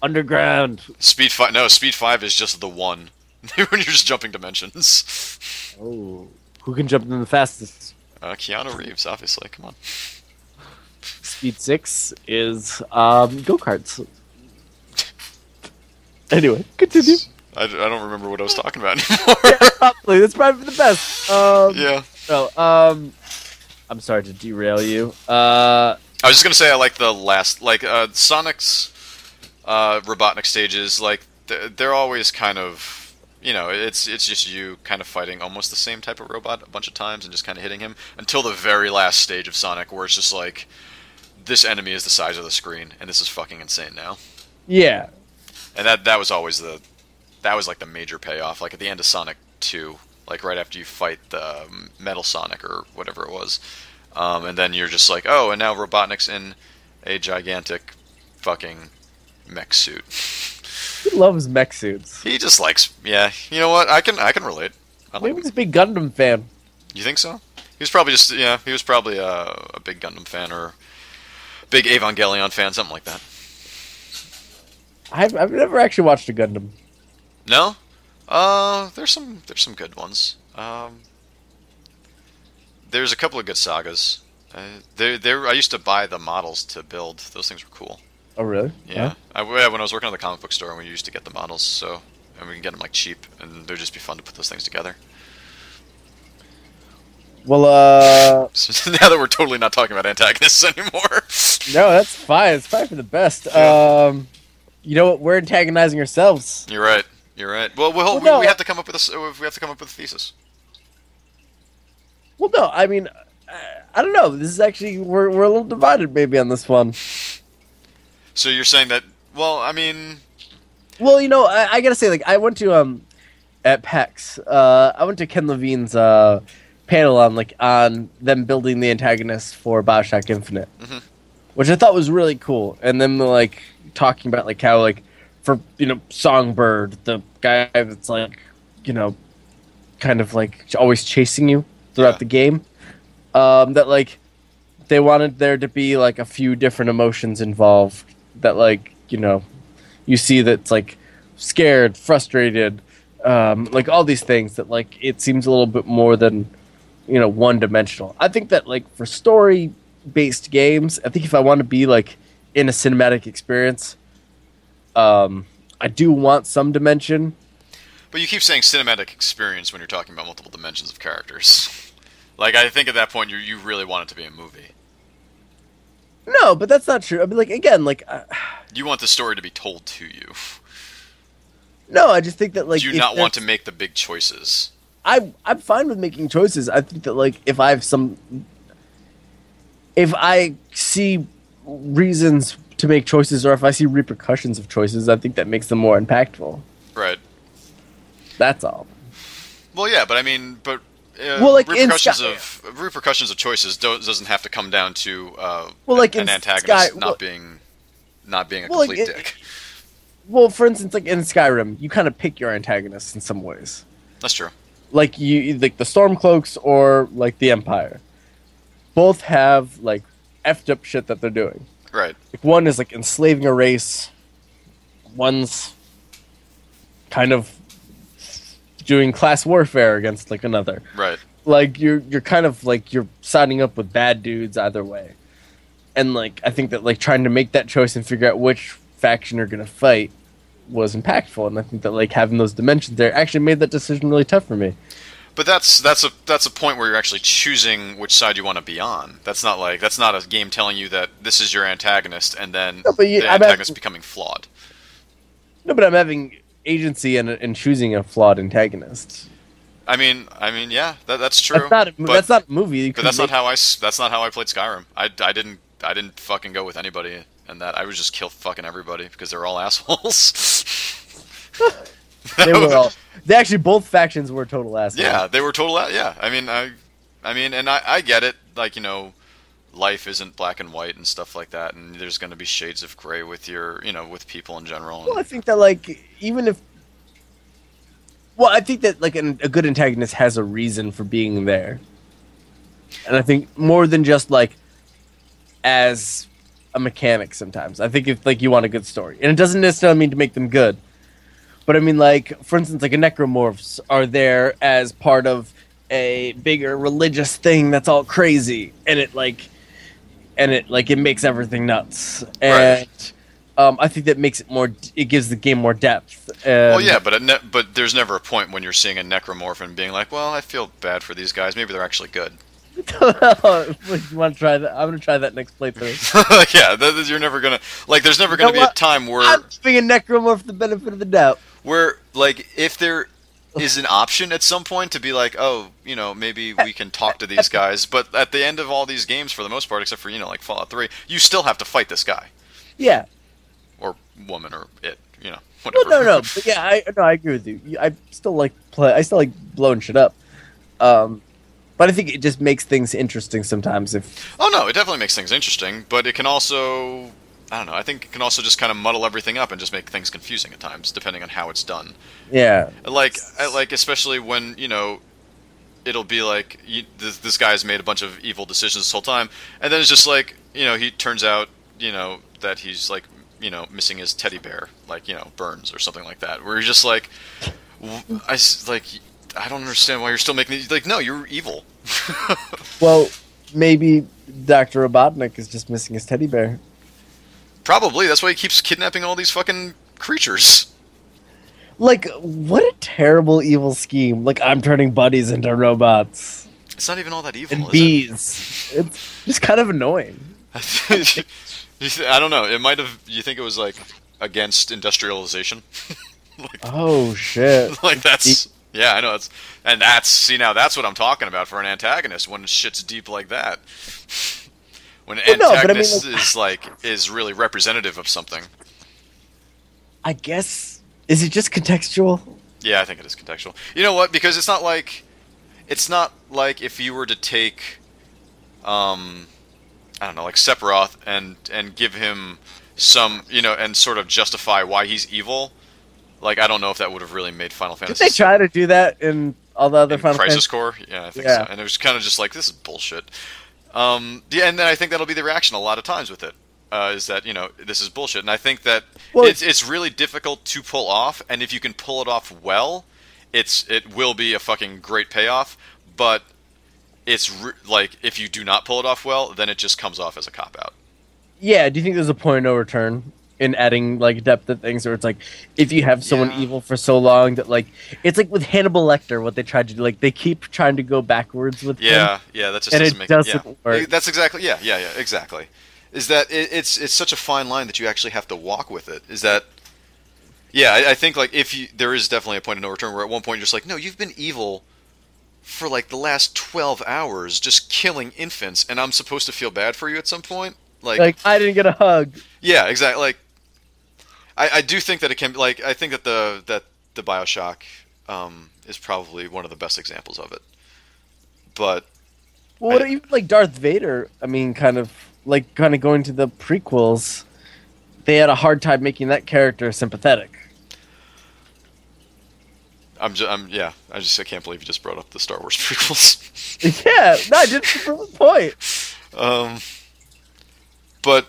A: underground.
B: Speed five. No, speed five is just the one. *laughs* when you're just jumping dimensions. *laughs*
A: Oh, who can jump in the fastest?
B: Uh, Keanu Reeves, obviously. Come on.
A: Speed six is um, go karts. Anyway,
B: *laughs*
A: continue.
B: I, I don't remember what I was talking about *laughs* anymore.
A: *laughs* yeah, probably that's probably for the best. Um,
B: yeah.
A: So, um, I'm sorry to derail you. Uh,
B: I was just gonna say I like the last like uh, Sonic's uh, Robotnik stages like th- they're always kind of you know it's it's just you kind of fighting almost the same type of robot a bunch of times and just kind of hitting him until the very last stage of Sonic where it's just like this enemy is the size of the screen and this is fucking insane now
A: yeah,
B: and that that was always the that was like the major payoff like at the end of Sonic 2 like right after you fight the um, Metal Sonic or whatever it was um, and then you're just like oh and now Robotnik's in a gigantic fucking mech suit *laughs*
A: he loves mech suits.
B: he just likes yeah you know what I can I can relate I like,
A: Maybe he's a big Gundam fan.
B: you think so he was probably just yeah he was probably uh, a big Gundam fan or big Evangelion fan something like that
A: I've, I've never actually watched a Gundam.
B: No, uh, there's some there's some good ones. Um, there's a couple of good sagas. Uh, there, there. I used to buy the models to build. Those things were cool.
A: Oh, really?
B: Yeah. I, yeah, when I was working at the comic book store, we used to get the models. So, and we can get them like cheap, and they'd just be fun to put those things together. *laughs*
A: Well, uh,
B: So now that we're totally not talking about antagonists *laughs* anymore.
A: no, that's fine. It's fine for the best.
B: Yeah.
A: Um, you know what? We're antagonizing ourselves.
B: You're right. You're right. Well, we'll,
A: Well,
B: we,
A: no,
B: we
A: I-
B: have to come up with a s- we have to come up with a thesis.
A: Well, no, I mean, I, I don't know. This is actually we're we're a little divided maybe on this one.
B: So you're saying that? Well, I mean,
A: Well, you know, I, I gotta say, like, I went to um at PAX. Uh, I went to Ken Levine's uh panel on like on them building the antagonist for Bioshock Infinite,
B: Mhm.
A: which I thought was really cool. And then like talking about like how like for you know Songbird, the guy that's like you know kind of like always chasing you throughout
B: Yeah.
A: the game, um, that like they wanted there to be like a few different emotions involved that like you know you see that's like scared frustrated um, like all these things that like it seems a little bit more than you know one dimensional i think that like for story based games i think if i want to be like in a cinematic experience um, i do want some dimension
B: But you keep saying cinematic experience when you're talking about multiple dimensions of characters. *laughs* Like I think at that point you you really want it to be a movie.
A: no but that's not true i mean like again like uh,
B: You want the story to be told to you.
A: no i just think that like
B: Do you
A: if
B: not want
A: there's-
B: to make the big choices?
A: I I'm fine with making choices. I think that like if I have some if I see reasons to make choices or if I see repercussions of choices, I think that makes them more impactful.
B: Right.
A: That's all.
B: Well, yeah, but I mean, but uh,
A: Well, like, in
B: repercussions
A: Sky-
B: of repercussions of choices do- doesn't have to come down to uh,
A: Well, like,
B: an
A: in
B: antagonist
A: Sky-
B: not
A: well-
B: being not being a
A: Well, like,
B: complete
A: it-
B: dick.
A: Well, for instance, like in Skyrim, you kind of pick your antagonists in some ways.
B: That's true.
A: Like you like the Stormcloaks or like the Empire. Both have like effed up shit that they're doing.
B: Right.
A: Like one is like enslaving a race. One's kind of doing class warfare against like another.
B: Right.
A: Like you're you're kind of like you're signing up with bad dudes either way. And like I think that like trying to make that choice and figure out which faction you're gonna fight was impactful. And I think that like having those dimensions there actually made that decision really tough for me.
B: But that's that's a that's a point where you're actually choosing which side you want to be on. That's not like that's not a game telling you that this is your antagonist and then
A: No, but you-
B: the
A: I'm
B: antagonist
A: asking-
B: becoming flawed.
A: No, but I'm having agency and and choosing a flawed antagonist.
B: I mean, I mean, yeah, that, that's true.
A: That's not a,
B: but,
A: that's not a movie. You
B: but
A: could
B: that's not
A: make-
B: how I s- that's not how I played Skyrim. I, I didn't I didn't fucking go with anybody and that I would just kill fucking everybody because they're all *laughs* assholes.
A: they were all. They actually both factions were total assholes.
B: Yeah, they were total. out- Yeah, I mean, I, I mean, and I, I get it. Like you know, life isn't black and white and stuff like that, and there's going to be shades of gray with your, you know, with people in general.
A: Well, I think that like even if. Well, I think that like an, a good antagonist has a reason for being there. and I think more than just like as a mechanic. Sometimes I think if like you want a good story, and it doesn't necessarily mean to make them good, but I mean like for instance, like a necromorphs are there as part of a bigger religious thing that's all crazy, and it like and it like it makes everything nuts and. Um, I think that makes it more. It gives the game more depth. Um, And,
B: well, Oh,
A: *laughs*
B: yeah, but a ne- but there's never a point when you're seeing a necromorph and being like, well, I feel bad for these guys. Maybe they're actually good. *laughs*
A: you want to try that? I'm gonna try that next playthrough.
B: yeah, that, is- you're never gonna like. There's never gonna
A: know
B: be a
A: what?
B: time where
A: I'm giving a necromorph the benefit of the doubt.
B: where like
A: *laughs*
B: if there is an option at some point to be like, oh, you know, maybe we can talk to these guys. But at the end of all these games, for the most part, except for you know, like Fallout Three, you still have to fight this guy
A: Yeah.
B: or woman or it. You know,
A: Well,
B: whatever.
A: no, no, but yeah, I no, I agree with you. You- I still like play. I still like blowing shit up. Um, but I think it just makes things interesting sometimes. If
B: *laughs* Oh no, it definitely makes things interesting, but it can also I don't know, I think it can also just kind of muddle everything up and just make things confusing at times depending on how it's done.
A: yeah,
B: Like I- like especially when, you know, it'll be like you, this, this guy's made a bunch of evil decisions this whole time and then it's just like, you know, he turns out, you know, that he's like, you know, missing his teddy bear, like, you know, Burns or something like that. Where you're just like w- I s- like I don't understand why you're still making these like no, you're evil. *laughs*
A: well, maybe Doctor Robotnik is just missing his teddy bear.
B: Probably that's why he keeps kidnapping all these fucking creatures.
A: Like, what a terrible evil scheme! Like, I'm turning buddies into robots
B: It's not even all that evil.
A: and
B: is
A: bees. It's just kind of annoying.
B: It? *laughs* You th- I don't know. It might have. You think it was like against industrialization? *laughs*
A: Oh shit!
B: like that's. Yeah, I know. It's and that's see now that's what I'm talking about for an antagonist when shit's deep like that. *laughs* When an
A: Well, no, but I mean,
B: antagonist
A: like-
B: is like is really representative of something.
A: I guess is it just contextual?
B: Yeah, I think it is contextual. You know what? Because it's not like it's not like if you were to take um I don't know, like Sephiroth and and give him some, you know, and sort of justify why he's evil. Like I don't know if that would have really made Final
A: Did
B: Fantasy
A: they try to do that in all the other
B: in
A: Final
B: Crisis
A: Fantasy?
B: Core. Yeah, I think
A: Yeah.
B: so. And it was kind of just like this is bullshit. Um yeah, and then I think that'll be the reaction a lot of times with it. Uh, is that you know this is bullshit, and I think that
A: Well,
B: it's it's really difficult to pull off, and if you can pull it off well, it's it will be a fucking great payoff. But it's re- like if you do not pull it off well, then it just comes off as a cop out.
A: Yeah, do you think there's a point of no return in adding like depth to things where it's like if you have someone
B: Yeah.
A: evil for so long that like it's like with Hannibal Lecter what they tried to do like they keep trying to go backwards with him.
B: Yeah, yeah, that just
A: And
B: doesn't
A: it
B: make
A: doesn't
B: yeah.
A: work.
B: That's exactly yeah, yeah, yeah, exactly. Is that it, it's it's such a fine line that you actually have to walk with it. Is that yeah, I, I think like if you there is definitely a point of no return where at one point you're just like, no, you've been evil for like the last twelve hours, just killing infants, and I'm supposed to feel bad for you at some point. Like,
A: Like I didn't get a hug.
B: yeah, exactly. Like I, I do think that it can like I think that the that the Bioshock um, is probably one of the best examples of it. But
A: Well, what
B: I-
A: even like Darth Vader? I mean, kind of like kind of going to the prequels, they had a hard time making that character sympathetic.
B: I'm just, I'm, yeah, I just, I can't believe you just brought up the Star Wars *laughs*
A: *laughs*
B: prequels.
A: yeah, no, I didn't prove a
B: *laughs*
A: point.
B: Um, but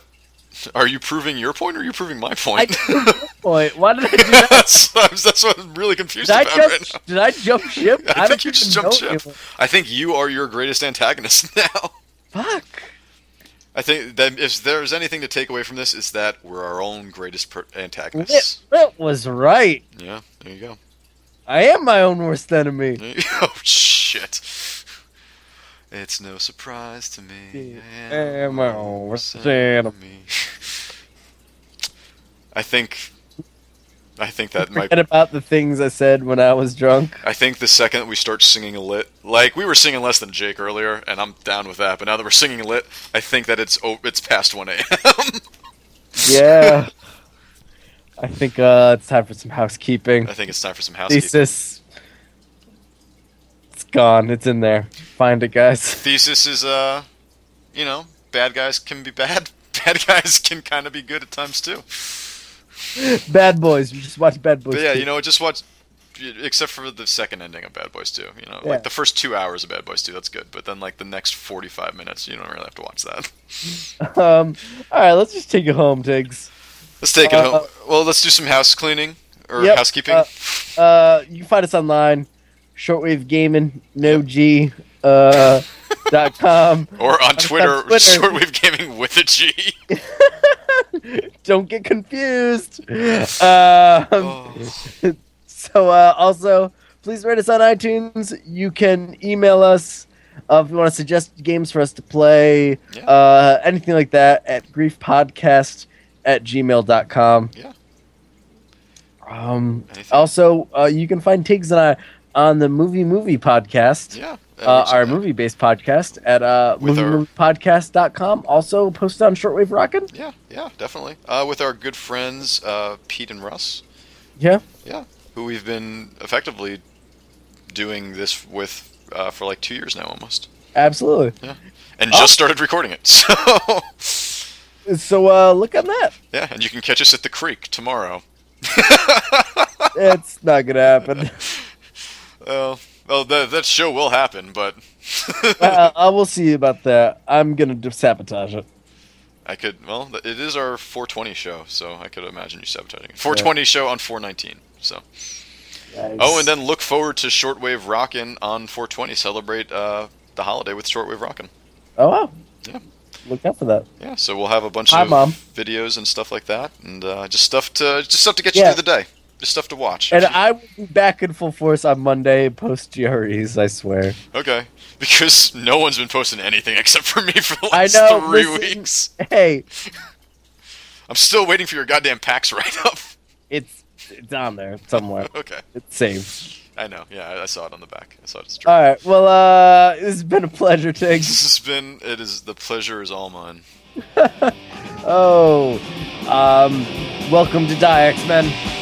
B: are you proving your point or are you proving my *laughs*
A: I
B: point?
A: didn't prove a point. Why did I do that?
B: *laughs* that's, that's what I'm really confused
A: Did I
B: about right
A: just
B: now.
A: did I jump ship?
B: I,
A: don't
B: think you just
A: even
B: jumped
A: know
B: ship.
A: anymore.
B: I think you are your greatest antagonist *laughs* now.
A: Fuck.
B: I think that if there's anything to take away from this, it's that we're our own greatest per-
A: Lit,
B: antagonists.
A: Lit was right.
B: Yeah, there you go.
A: I am my own worst enemy.
B: There you- *laughs* oh, shit. It's no surprise to me.
A: Yeah, I'm a worst enemy.
B: I think. I think
A: *laughs*
B: that might.
A: Forget about the things I said when I was drunk.
B: I think the second we start singing lit, like we were singing less than Jake earlier, and I'm down with that. But now that we're singing lit, I think that it's oh, it's past one a.m.
A: Yeah. I think uh, it's time for some housekeeping.
B: *laughs* I think it's time for some housekeeping.
A: Thesis. It's gone. It's in there. Find it, guys. *laughs*
B: Thesis is uh, you know, bad guys can be bad. *laughs* Bad guys can kind of be good at times too.
A: Bad Boys. You just watch Bad Boys.
B: But yeah,
A: too.
B: you know, just watch. except for the second ending of Bad Boys 2. You know,
A: Yeah.
B: like the first two hours of Bad Boys 2, that's good. But then like the next 45 minutes, you don't really have to watch
A: *laughs*
B: that. *laughs*
A: Um, all right, let's just take it home, Tiggs.
B: Let's take it
A: Uh,
B: home. Well, let's do some house cleaning or
A: Yep,
B: housekeeping.
A: uh, Uh, you can find us online, shortwave gaming, no G,
B: *laughs*
A: uh, dot com.
B: or on
A: *laughs*
B: Twitter,
A: Twitter.
B: *laughs* shortwave gaming with a G.
A: *laughs* Don't get
B: *laughs*
A: confused. Um,
B: Oh.
A: So, uh, also, please rate us on iTunes. You can email us uh, if you want to suggest games for us to play,
B: Yeah.
A: uh, anything like that, at griefpodcast at gmail.com.
B: Yeah.
A: Um,
B: Anything?
A: also, uh, you can find Tiggs and I on the Movie Movie Podcast.
B: yeah. that
A: Uh,
B: works
A: our
B: out.
A: movie based podcast at uh,
B: With our-
A: moviemoviepodcast.com. Also posted on Shortwave Rockin'.
B: Yeah, yeah, definitely. Uh, with our good friends uh, Pete and Russ,
A: Yeah.
B: who we've been effectively doing this with uh, for like two years now almost,
A: Absolutely.
B: and
A: Oh.
B: just started recording it. *laughs* So
A: So uh, look on
B: *laughs*
A: that.
B: yeah, and you can catch us at the creek tomorrow.
A: it's not going to
B: *laughs*
A: happen.
B: Well, well, that that show will happen, but *laughs*
A: uh, I will see about that. I'm gonna d- sabotage it.
B: I could. Well, th- it is our 420 show, so I could imagine you sabotaging it. 420 show on 419. So. Oh, and then look forward to Shortwave Rockin' on 420. Celebrate uh, the holiday with Shortwave Rockin'.
A: oh wow,
B: Yeah.
A: look out for that.
B: Yeah, so we'll have a bunch
A: Hi,
B: of
A: Mom.
B: videos and stuff like that, and uh, just stuff to just stuff to get
A: Yeah.
B: you through the day, just stuff to watch.
A: And uh, I will be back in full force on Monday post GREs. I swear.
B: okay, *laughs* because no one's been posting anything *laughs* except for me for the
A: I
B: last
A: know,
B: three
A: listen.
B: weeks.
A: Hey,
B: I'm still waiting for your goddamn *laughs* PAX write-up.
A: it's it's on there somewhere.
B: okay,
A: It's saved.
B: I know. Yeah, I, I saw it on the back. I saw it.
A: All right. Well, uh, this has been a pleasure, Tiggs.
B: This has been. It is the pleasure is all mine.
A: Oh, um, welcome to Die X Men.